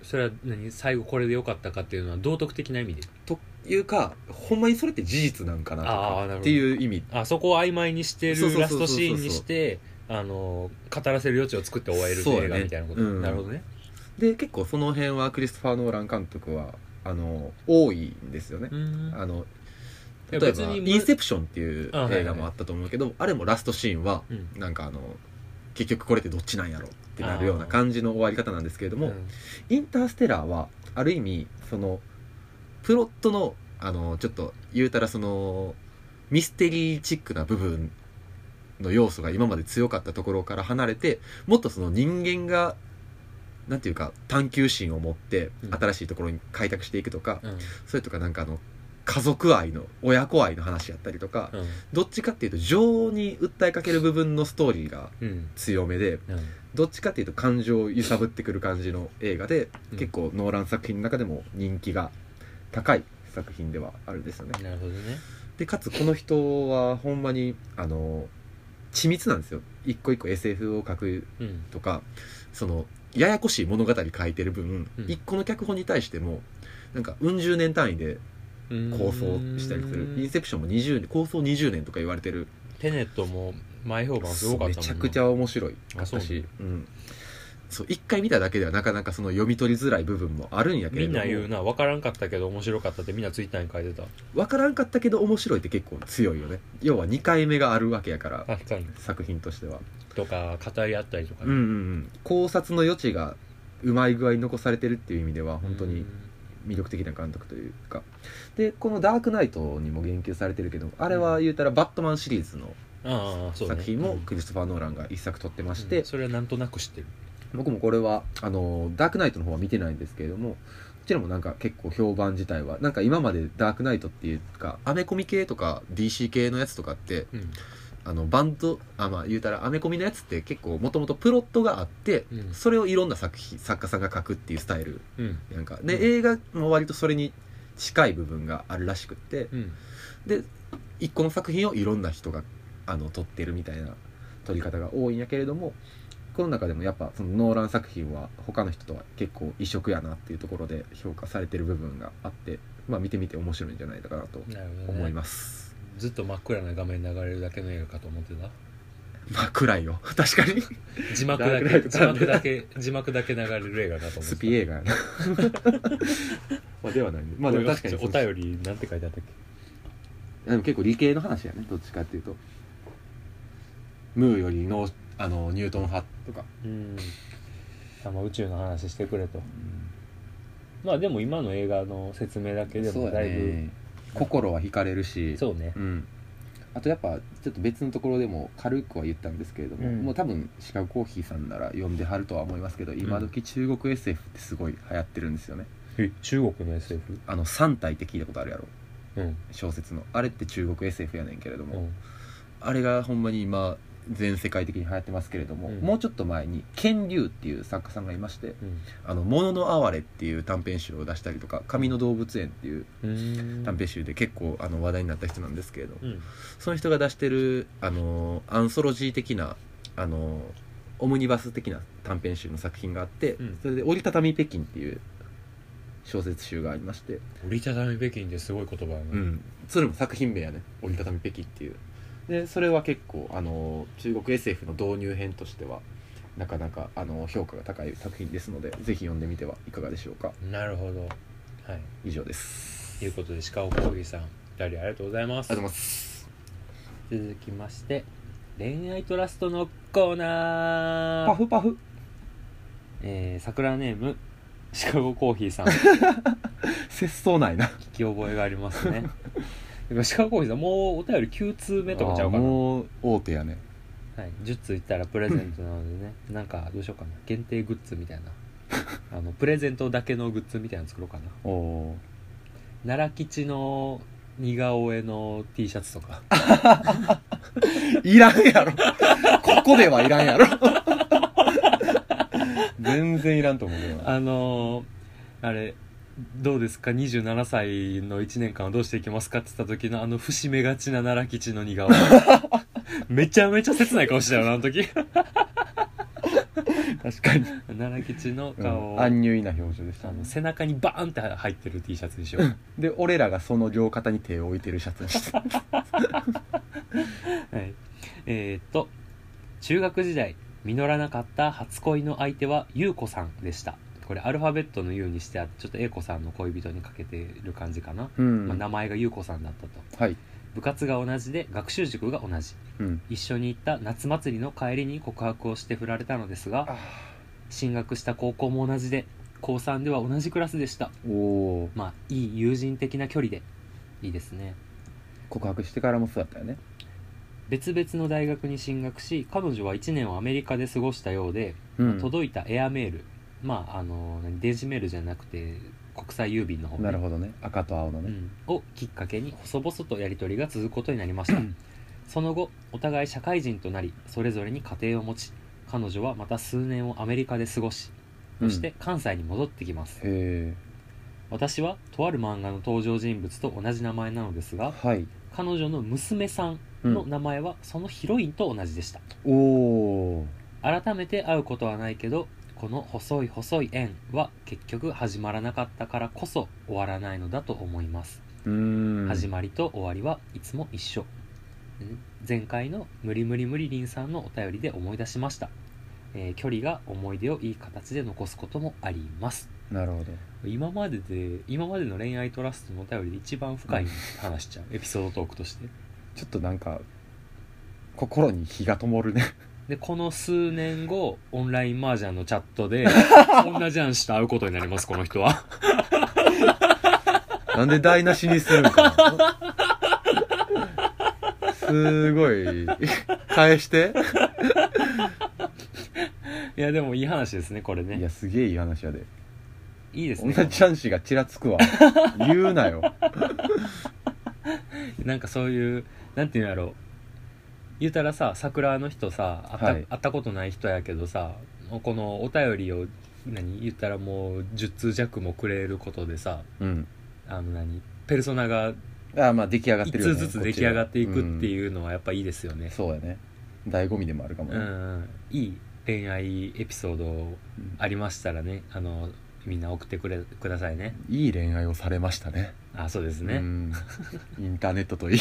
A: それは何最後これでよかったかっていうのは道徳的な意味で
B: というかほんまにそれって事実なんかなと
A: あーなるほ
B: か
A: ど
B: っていう意味
A: あそこを曖昧にして
B: そう
A: る
B: そう
A: ラ
B: そう
A: ス
B: そう
A: ト
B: そう
A: シーンにしてあの語らせる余地を作って終える
B: そうやね
A: 映画みたいなこと、
B: うん
A: なるほどね
B: で結構その辺はクリストファー・ノーラン監督はあの多いんですよね
A: う、ん
B: あの例
A: いや
B: え
A: 別
B: ば「
A: にむ
B: インセプション」っていう
C: あはいはい
B: 映画もあったと思うけどあれもラストシーンは
C: うん
B: なんかあの結局これってどっちなんやろってなるような感じの終わり方なんですけれども、インターステラーはある意味そのプロットのあのちょっと言うたらそのミステリーチックな部分の要素が今まで強かったところから離れてもっとその人間がなんていうか探求心を持って
C: うん
B: 新しいところに開拓していくとか、
A: うんうん
B: それとかなんかあの家族愛の親子愛の話やったりとか、
A: うん
B: どっちかっていうと情に訴えかける部分のストーリーが
C: うん
B: 強めで
A: うん
B: どっちかっていうと感情を揺さぶってくる感じの映画で、
A: うん
B: 結構ノーラン作品の中でも人気が高い作品ではあるんですよね
A: なるほどね
B: でかつこの人はほんまにあの緻密なんですよ一個一個 SF を書く
A: うん
B: とかそのややこしい物語書いてる分、
A: うん
B: 一個の脚本に対してもなんかうん十年単位で構想したりするインセプションも20年構想20年とか言われてる
A: テネットも前評判すごかっ
B: め
A: たもんな
B: ちゃくちゃ面白いかったしうんそう一回見ただけではなかなかその読み取りづらい部分もあるんやけれ
A: み
B: ど
A: ん
B: も
A: な言うな分からんかったけど面白かったってみんなツイッターに書いてた
B: 分からんかったけど面白いって結構強いよね要は2回目があるわけやから
A: 確かに
B: 作品としては
A: とか語り合ったりとか
B: うんうんうん考察の余地がうまい具合に残されてるっていう意味では本当に魅力的な監督というかでこの「ダークナイト」にも言及されてるけどあれは言うたら「バットマン」シリーズの
A: ああそうね
B: 作品も
A: うん
B: クリストファー・ノーランが一作撮ってまし
A: う
B: て
A: んそれはなんとなく知ってる
B: 僕もこれはあのダークナイトの方は見てないんですけれどもこちらもなんか結構評判自体はなんか今までダークナイトっていうかアメコミ系とか DC 系のやつとかって
A: うん
B: あのバンドあまあ言うたらアメコミのやつって結構もともとプロットがあって
A: うん
B: それをいろんな作品作家さんが書くっていうスタイル
A: うん
B: なんかで、
A: うん
B: 映画も割とそれに近い部分があるらしくって
A: うん
B: で一個の作品をいろんな人があの撮ってるみたいな撮り方が多いんやけれどもこの中でもやっぱそのノーラン作品は他の人とは結構異色やなっていうところで評価されてる部分があってまあ見てみて面白いんじゃないかなと
A: なるほど
B: 思い
A: ね
B: ます、
A: ずっと真っ暗な画面流れるだけの映画かと思ってた
B: まあ暗いよ 確かに
A: 字幕だ
B: ダー
A: け
B: ク
A: 字
B: ナイト
A: 幕だけ字幕だけ流れる映画かと思ってた
B: スピ映画やな まあではないまあでも確かに
A: お便りなんて書いてあったっ
B: でも結構理系の話やねどっちかっていうとムーよりのあのニュートン派とか、
A: けうんあまあ宇宙の話してくれとまあでも今の映画の説明だけで
B: そう
A: も
B: や
A: だいぶ
B: ね心は惹かれるし
A: そうね
B: うん、あとやっぱちょっと別のところでも軽くは言ったんですけれども、
A: うん
B: もう多分シカゴコーヒーさんなら読んではるとは思いますけど今時中国 SF ってすごい流行ってるんですよね
A: え中国の SF
B: あの3体って聞いたことあるやろ
A: うん
B: 小説のあれって中国 SF やねんけれども、
A: うん
B: あれがほんまに今全世界的に流行ってますけれども、
A: うん
B: もうちょっと前に乾龍っていう作家さんがいまして
A: うん
B: 「あの物の哀れ」っていう短編集を出したりとか「神の動物園」っていう
A: うん
B: 短編集で結構あの話題になった人なんですけれど、
A: うん
B: その人が出してるあのアンソロジー的なあのオムニバス的な短編集の作品があって、
A: うん
B: それで「折りたたみ北京」っていう小説集がありまして、
A: 折りたたみ北京ってすごい言葉や
B: う
A: ね
B: ん、それも作品名やね「折りたたみ北京」っていうでそれは結構あの中国 SF の導入編としてはなかなかあの評価が高い作品ですのでぜひ読んでみてはいかがでしょうか
A: なるほどはい
B: 以上です
A: ということでシカゴコーヒーさん2人ありがとうございます
B: ありがとうございます
A: 続きまして恋愛トラストのコーナ
B: パ
A: ー、
B: フパフ
A: えー、桜ネームシカゴコーヒー さん
B: 節操ないな
A: 聞き覚えがありますねでもシカゴコーヒーさんもうお便り9通目とかちゃうか
B: あー
A: な、は
B: もう大手やね
A: い、10通いったらプレゼントなのでねなんかどうしようかな限定グッズみたい なあのプレゼントだけのグッズみたいなの作ろうかな
B: おお
A: 奈良吉の似顔絵の T シャツとか
B: いらんやろ。ここではいらんやろ。全然いらんと思うけどな。
A: あのーあれどうですか27歳の1年間をどうしていきますかって言った時のあの節目がちな奈良吉の 似顔絵めちゃめちゃ切ない顔してたよなあの時
B: 確かに。
A: 奈良吉の
B: う
A: 顔を、
B: ん、安入意な表情でした
A: あの背中にバーンって入ってる T シャツにしよう
B: で、俺らがその両肩に手を置いてるシャツにして。
A: はい、えーっと中学時代実らなかった初恋の相手は優子さんでしたこれアルファベットの U にしてあってちょっと A 子さんの恋人にかけてる感じかな、
B: うん
A: まあ、名前が優子さんだったと
B: はい
A: 部活が同じで学習塾が同じ
B: うん
A: 一緒に行った夏祭りの帰りに告白をして振られたのですが
B: あ
A: 進学した高校も同じで高3では同じクラスでした
B: おお
A: まあいい友人的な距離でいいですね
B: 告白してからもそうだったよね
A: 別々の大学に進学し彼女は1年をアメリカで過ごしたようで、
B: うん
A: 届いたエアメールまああの何デジメールじゃなくて国際郵便の方ね
B: なるほどね赤と青の
A: う
B: ね
A: んをきっかけに細々とやり取りが続くことになりましたその後お互い社会人となりそれぞれに家庭を持ち彼女はまた数年をアメリカで過ごしそして関西に戻ってきます、
B: うんへ
A: 私はとある漫画の登場人物と同じ名前なのです
B: え
A: が
B: はい
A: 彼女の娘さんの名前はそのヒロインと同じでした、
B: おお
A: 改めて会うことはないけどこの細い細い縁は結局始まらなかったからこそ終わらないのだと思います
B: うーん
A: 始まりと終わりはいつも一緒ん前回の「無理無理無理りん」さんのお便りで思い出しました、えー距離が思い出をいい形で残すこともあります
B: なるほど
A: 今までで今までの恋愛トラストのお便りで一番深い話しちゃうエピソードトークとして
B: ちょっとなんか心に火が灯るね
A: でこの数年後オンライン麻雀のチャット で女じゃんして会うことになりますこの人は
B: なんで台無しにするんかなすごい返して
A: いやでもいい話ですねこれ
B: い
A: ね
B: やすげえいい話やで
A: いいです
B: 同
A: ね
B: じチャンスがちらつくわ言うなよ
A: なんかそういうなんていうんやろう言うたらさ桜の人さ会った,、
B: はい
A: 会ったことない人やけどさこのお便りを何言ったらもう10通弱もくれることでさ
B: うん
A: あの何ペルソナが
B: ああまあ出来上がって
A: 1
B: るよ、ね、
A: 通ずつ出来上がっていくって
B: う、
A: いうのはやっぱいいですよね
B: ん、そうやね醍醐味でもあるかも
A: う
B: ね、
A: んうんいい恋愛エピソード
B: うん
A: ありましたらねあのみんな送ってくれくださいね
B: いい恋愛をされましたね
A: あそうです
B: う
A: ね、
B: んインターネットといい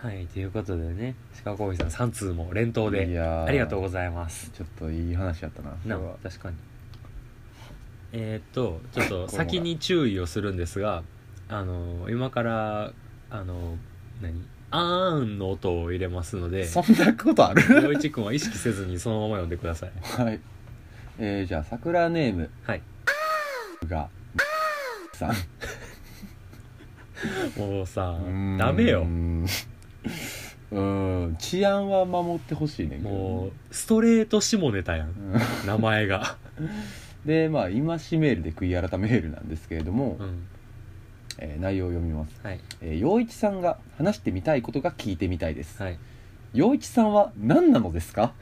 A: はいということでね鹿コーヒーさん3通も連投
B: い
A: で
B: やー
A: ありがとうございます
B: ちょっといい話やったな
A: な
B: それは
A: 確かにえーっ とちょっと
B: これもだ
A: 先に注意をするんですがあの今からあの何あーんの音を入れますので
B: そんなことある
A: 陽一君は意識せずにそのまま読んでくださ い
B: はいえー、じゃあ桜ネーム
A: はい
B: がさん
A: もうさ
B: うん
A: ダメ
B: う
A: よ
B: んうん治安は守ってほしいねんけど
A: もうストレート下ネタやん
B: うん
A: 名前が
B: でまあ今しメールで悔い改めメールなんですけれども、
A: うん
B: えー内容を読みます、
A: はい
B: えー、陽一さんが話してみたいことが聞いてみたいです、
A: はい
B: 陽一さんは何なのですか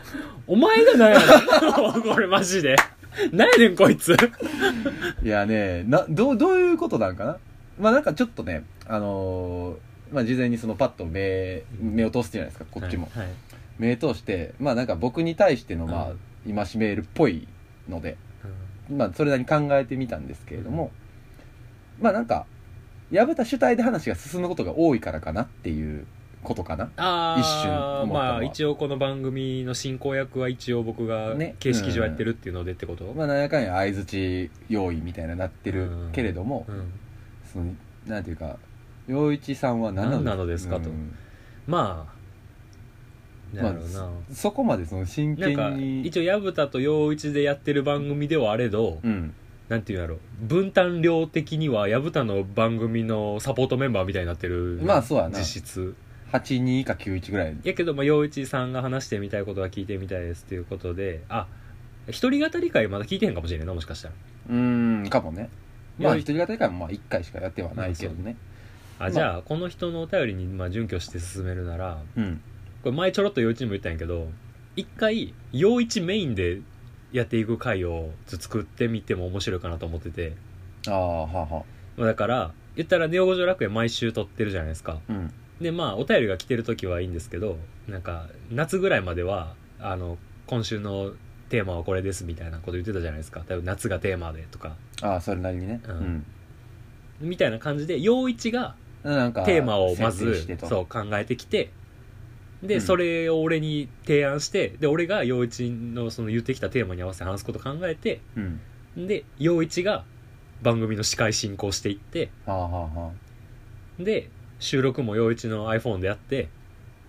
A: お前が何やねんこれマジで何やねんこいつ
B: いやねなどうどういうことなんかなまあなんかちょっとねあのーまあ、事前にそのパッと目目を通すじゃないですかこっちも、
A: はいはい
B: 目通してまあなんか僕に対してのまあ
A: うん
B: 今しメールっぽいので、まあ、それなりに考えてみたんですけれども、まあなんか薮田主体で話が進むことが多いからかなっていうことかな
A: あー
B: 一瞬思ったのは
A: まあ一応この番組の進行役は一応僕が
B: ね
A: 形式上やってるっていうのでってこと、
B: まあなんやかんや相づち用意みたいななってるけれども、
A: うん
B: そのなんていうか陽一さんは何
A: 何なのですかと
B: うん
A: まあ
B: ま
A: な
B: あ
A: るほどな、
B: そこまでその真剣
A: なんか
B: に
A: 一応薮田と陽一でやってる番組ではあれど、
B: うん
A: なんていうんやろ分担量的には薮田の番組のサポートメンバーみたいになってる
B: まあそうやな
A: 実質
B: 82か91ぐらい
A: やけどまあ陽一さんが話してみたいことは聞いてみたいですということであ一人語り会まだ聞いてへんかもしれないなもしかしたら
B: うーんかもねまあ
A: 陽
B: 一
A: 一
B: 人語り会はまあ1回しかやってはないけどね、
A: あじゃあこの人のお便りにまあ準拠して進めるなら
B: うん
A: これ前ちょろっと陽一にも言ったんやけど一回陽一メインでやっていく回を作ってみても面白いかなと思ってて
B: ああはあは
A: まあだから言ったら「ネオ五条楽園」毎週撮ってるじゃないですか
B: あうん
A: でまあお便りが来てる時はいいんですけどなんか夏ぐらいまではあの今週のテーマはこれですみたいなこと言ってたじゃないですか多分夏がテーマでとか
B: ああそれなりにね
A: う
B: うんん、
A: みたいな感じで陽一が
B: なんか
A: テーマをまず
B: 設定してと
A: そう考えてきてで、
B: うん
A: それを俺に提案してで俺が陽一のその言ってきたテーマに合わせて話すこと考えて
B: うん
A: で陽一が番組の司会進行していって
B: はあはあはあ
A: で収録も陽一の iPhone でやって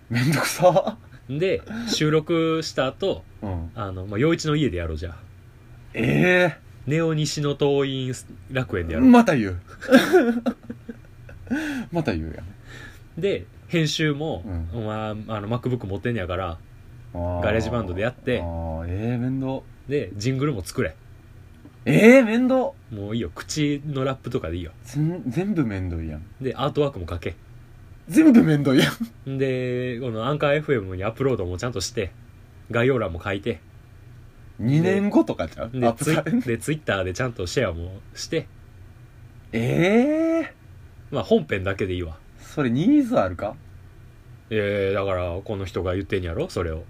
B: めんどくさ
A: で収録した後
B: うん
A: あのまあ陽一の家でやろうじゃあ
B: え
A: ネオ西の桐蔭楽園
B: え
A: でやろう、
B: また言う また言うやん
A: で編集も、
B: う
A: お前あの MacBook 持ってんねやから
B: あー
A: ガレージバンドでやって
B: あーええ面倒
A: でジングルも作れ
B: ええ面倒
A: もういいよ口のラップとかでいいよ
B: つん全部面倒いやん
A: でアートワークも書け
B: 全部面倒いやん
A: でこのアンカー FM にアップロードもちゃんとして概要欄も書いて
B: 2年後とかじゃんア
A: で
B: ップ
A: ツイ
B: されんの
A: でツイッターでちゃんとシェアもして
B: ええ
A: まあ本編だけでいいわ
B: それニーズあるか
A: えー、だからこの人が言ってんやろそれを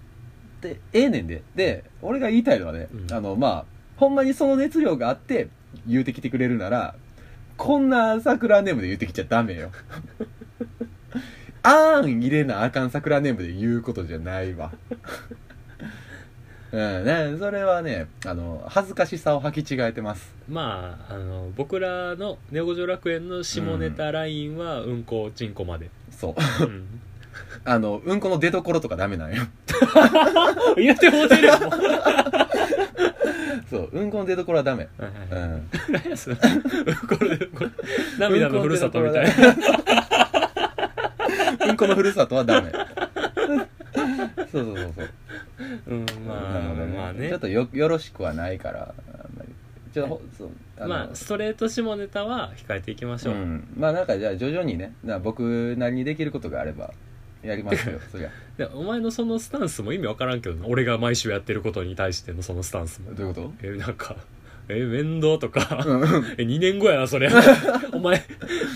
B: でええねんでで俺が言いたいのはね、
A: うん
B: あのまあほんまにその熱量があって言うてきてくれるならこんな桜ネームで言うてきちゃダメよあーん入れなあかん桜ネームで言うことじゃないわ うんねそれはねあの恥ずかしさを履き違えてます
A: まああの僕らの「ネオ五条楽園」の下ネタラインはうんこちんこ まで、
B: そう
A: うん、
B: あのうんこの出所とかダメなんよ
A: 言ってもうてるよ もう
B: そううんこの出所はダメ
A: はいはい
B: うん
A: 何やそれこれこれ涙のふるさとみたいな
B: なうんこのふるさとはダメ そうそうそうそう
A: うんまあ
B: なるほど
A: まあね
B: ちょっとよよろしくはないからあんまりちょっとほそうの
A: まあストレート下ネタは控えていきまし
B: う
A: ょう、
B: んまあなんかじゃあ徐々にねな僕なりにできることがあればや りますよそりゃ
A: でお前のそのスタンスも意味わからんけどな俺が毎週やってることに対してのそのスタンスも
B: どういうこ
A: えなんかえ面倒とか、
B: とうん
A: え2年後やなそれお前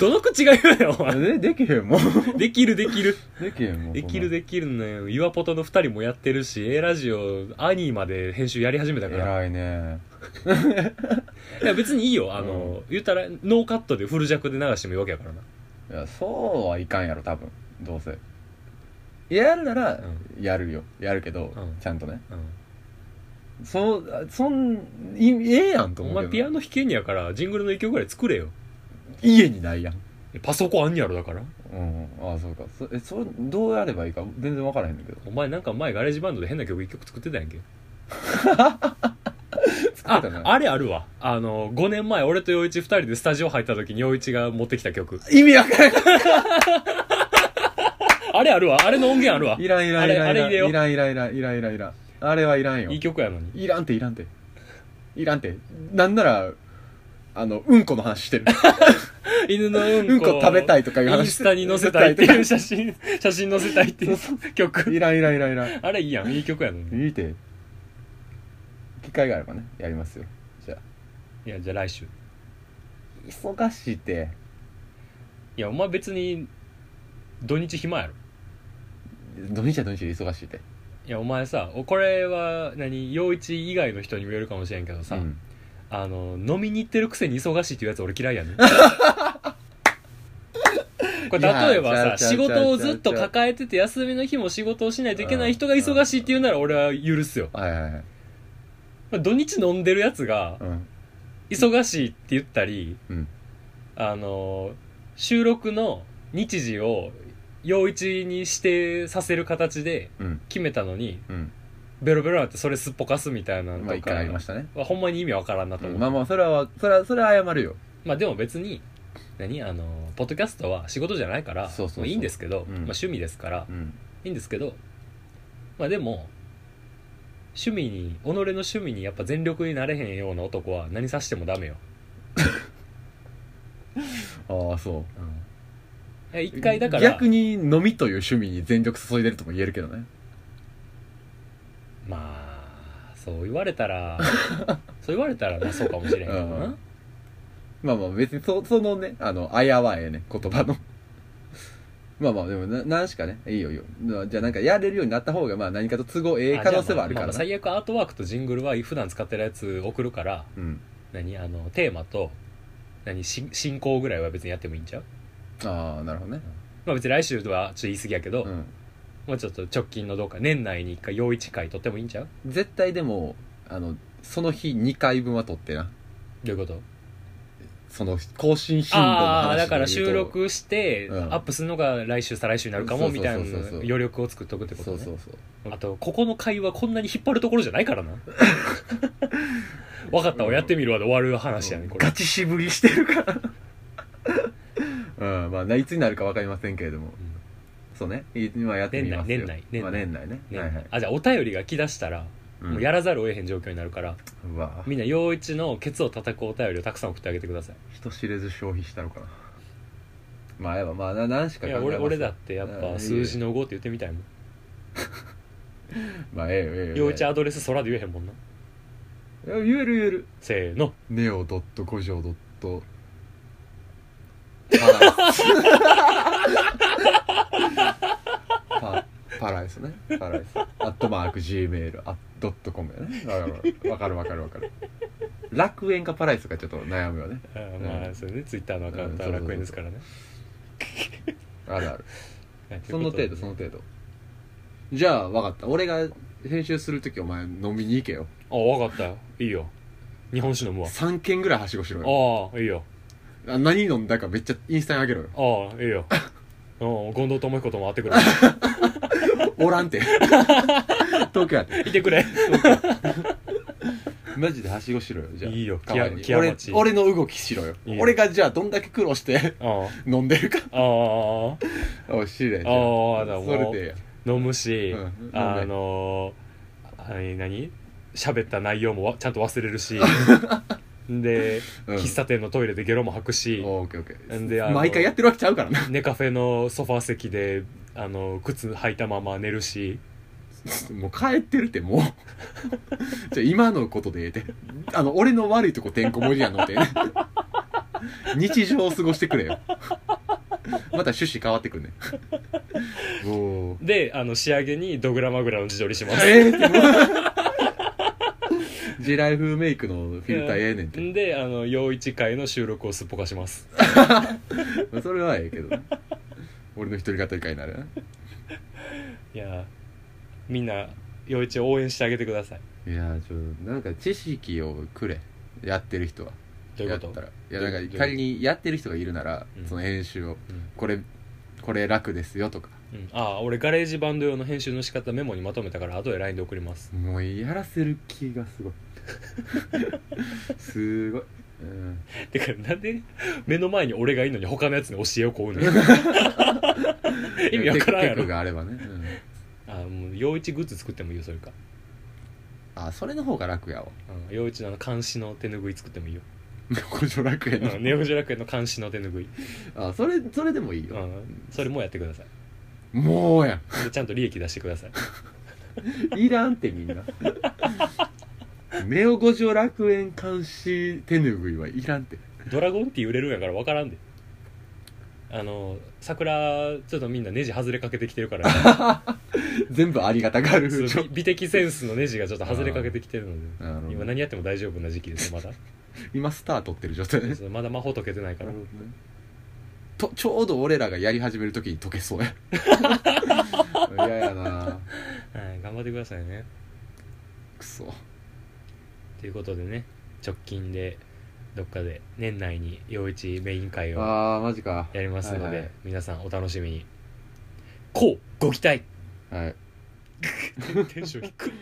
A: どの口が言うねんお前
B: でできへん もん
A: できるできる
B: できへんもん
A: できる
B: で
A: できるのよ岩ポトの2人もやってるし A ラジオアニーまで編集やり始めたから
B: 偉いね
A: いや別にいいよあの、言ったらノーカットでフル弱で流してもいいわけやからない
B: やそうはいかんやろ多分どうせやるならやるよやるけど、
A: うん
B: ちゃんとね
A: う
B: そうあそんいええやんと
A: ん、お
B: 思うけど
A: 前ピアノ弾けんねやからジングルの1曲ぐらい作れよ
B: 家にないやん
A: えパソコンあんねやろだから
B: うんああそうかそえそれどうやればいいか全然分からへんねんけど
A: お前なんか前ガレージバンドで変な曲1曲作ってたやんけ
B: 作っ
A: あ
B: たな
A: あれあるわあの5年前俺と陽一2人でスタジオ入った時に陽一が持ってきた曲
B: 意味わからん
A: あれあるわあれの音源あるわ
B: いらんいらんいら
A: あ
B: んい
A: れ
B: ら
A: あ
B: ん
A: れ入れよう
B: いらんいらんいらんいらんいらんいらんあれはいらんよ
A: いい曲やのに
B: いらんていらんていらんてなんならあのうんこの話してる
A: 犬のうんこ
B: うんこ食べたいとかい
A: イ
B: う
A: ン
B: 話
A: スタに載せたいっていう写真写真載せたいってい
B: そう
A: 曲
B: いらんいらんいらんいらん
A: あれいいやんいい曲やのに
B: いいて機会があればねやりますよじゃあ
A: いやじゃあ来週
B: 忙しいて
A: いやお前別に土日暇やろ
B: 土日は土日で忙しいて
A: いやお前さおこれは何陽一以外の人にも言えるかもしれんけどさ、
B: うん
A: あの飲みに行ってるくせに忙しいっていうやつ俺嫌いや ねんこれ例えば
B: いやちゃ
A: さ
B: うちゃう
A: 仕事をずっと抱えてて休みの日も仕事をしないといけない人が忙しいって言うなら俺は許すよ
B: はいはいはい
A: 土日飲んでるやつが
B: うん
A: 忙しいって言ったり、
B: うん
A: あの収録の日時を陽一に指定させる形で
B: うん
A: 決めたのに
B: うん
A: ベロベロになってそれすっぽかすみたいなの
B: まあ
A: と
B: 一
A: か、
B: 回ありましたね
A: ほんまに意味わからんなと思う、
B: まあまあそれはそれはそれは謝るよ
A: まあでも別に何あのポッドキャストは仕事じゃないから
B: そうそうそう
A: まあいいんですけど、
B: う
A: ま
B: ん
A: あ、趣味ですから、い
B: ん
A: いんですけどまあでも趣味に己の趣味にやっぱ全力になれへんような男は何さしてもダメよ、
B: ああそう
A: え一回だから
B: 逆に飲みという趣味に全力注いでるとも言えるけどね
A: まあそう言われた らそう言われたらまあそうかもしれへんけどな、
B: うんまあまあ別にそそのねあのあやはええね言葉の まあまあでもな何しかねいいよいいよなじゃあなんかやれるようになった方がまあ何かと都合ええ可能性はある
A: じ
B: から
A: ゃまま最悪アートワークとジングルは普段使ってるやつ送るから
B: うん
A: 何あのテーマと何し進行ぐらいは別にやってもいいんちゃう
B: ああなるほどね
A: まあ別に来週とはちょっと言い過ぎやけど、
B: うん
A: まあちょっと直近のどうか年内に一回陽一回取ってもいいんちゃう
B: 絶対でもあのその日2回分は撮ってな
A: どういうこと
B: その更新頻度の
A: あ
B: 話
A: あ
B: で言うと
A: だから収録して、
B: うん
A: アップするのが来週再来週になるかも
B: そうそ
A: み
B: うそう
A: た
B: そ
A: いうな余力を作っとくってこと
B: そう
A: ね
B: そうそう
A: あとここの会話こんなに引っ張るところじゃないから なわかったわやってみるわで終わる話やねこれ
B: ガチ渋りしてるからうんまあいつになるか分かりませんけれども
A: うん
B: そうね今やってみますよ
A: 年内年内
B: まあ年内ね
A: ね
B: はいはい
A: あじゃあお便りが来だしたら、
B: うん
A: もうやらざるを得へん状況になるから
B: うわ
A: みんな陽一のケツを叩くお便りをたくさん送ってあげてください
B: 人知れず消費したのかなまあやっぱまあな何しか
A: い
B: 考
A: や
B: えます
A: 俺俺だってやっ
B: うん
A: ぱ数字の5って言ってみたいもん
B: まあええよええよええよ
A: 陽一アドレス空で言えへんもんない
B: や言える言える
A: せーの
B: ネオドット五条ドット パパライスねパライスアットマーク Gmail アッドットコムやねわかるわかるわかるわかる楽園かパライスかちょっと悩むよね
A: あーま
B: う
A: あ
B: ん
A: そうねツイッターのアカウント
B: う
A: は
B: んそうそうそう
A: 楽園ですからね
B: あるある
A: はい
B: その
A: ということで
B: 程度その程度じゃあ分かった俺が編集する時お前飲みに行けよ
A: あ分かったよいいよ日本酒飲むわ
B: 3軒ぐらいはしごしろよ
A: ああいいよ
B: あ何飲んだかめっちゃインスタにあげろよ
A: ああいい ようん近藤智彦とも会ってくれ
B: おら んて東京やって
A: いてくれ
B: マジではしごしろよじゃあ
A: いいよ
B: 代わりに
A: 木屋木屋町
B: 俺俺の動きしろよ
A: いいよ
B: 俺がじゃあどんだけ苦労して
A: ああ
B: 飲んでるか
A: ああ
B: おい知れじゃ
A: ああだから
B: そ
A: も
B: れ
A: う
B: でえ
A: 飲むし、
B: うん飲んで
A: あのー、あれ何喋った内容もわちゃんと忘れる しで、
B: うん
A: 喫茶店のトイレでゲロも吐く
B: え
A: し
B: やオッケーオッケー
A: んであの
B: 毎回やってるわけちゃうからな
A: 寝カフェのソファー席であの靴履いたまま寝るし
B: もう帰ってるってもう じゃあ今のことでええてあの俺の悪いとこてんこ盛りやのって日常を過ごしてくれよまた趣旨変わってくん ねおお
A: であの仕上げにドグラマグラの自撮りします
B: ええってもう地雷風メイクのフィルターええねんっ
A: ん
B: て
A: であの陽一会の収録をすっぽかします
B: まあそれはええけど俺の一人語り会になる
A: いやーみんな陽一を応援してあげてください
B: いやーちょっとなんか知識をくれやってる人は
A: どういうこ
B: や
A: と
B: ったらいや
A: どう
B: ないん
A: う
B: か仮にやってる人がいるなら、
A: うん
B: その編集を
A: うん
B: これこれ楽ですよとか
A: うんああ俺ガレージバンド用の編集の仕方メモにまとめたから後で LINE で送ります
B: もうやらせる気がすごいすごい、うん、
A: てかなんで目の前に俺がいるのに他のやつに教えをこうね意味わからんや
B: テ
A: ろ
B: クテクがあればね、うん
A: あもう陽一グッズ作ってもいいよそれか
B: あそれの方が楽やわ
A: うん陽一のあの監視の手拭い作ってもいいよ
B: これ楽やな、
A: うんネオジョ楽園の監視の手拭い、
B: あそれそれでもいいうよ、
A: ん、それもやってください
B: もうや
A: でちゃんと利益出してください
B: んいらんってみんなネオ五条楽園監視手ぬぐいはいらんって
A: ドラゴンティー売れるんやから分からんであの桜ちょっとみんなネジ外れかけてきてるから
B: 全部ありがたがる
A: そう
B: ちょ
A: 美美的センスのネジがちょっと外れかけてきてるので
B: なるほど
A: 今何やっても大丈夫な時期ですよまだ
B: 今スター取ってる状態ね
A: そうまだ魔法解けてないから
B: とちょうど俺らがやり始める時に解 けそうや嫌やな
A: はい、頑張ってくださいね
B: くそ
A: ということでね直近でどっかで年内に陽一メイン会を
B: あーマジか
A: やりますので、
B: はいはい
A: 皆さんお楽しみにこうご期待
B: はい
A: テンション低い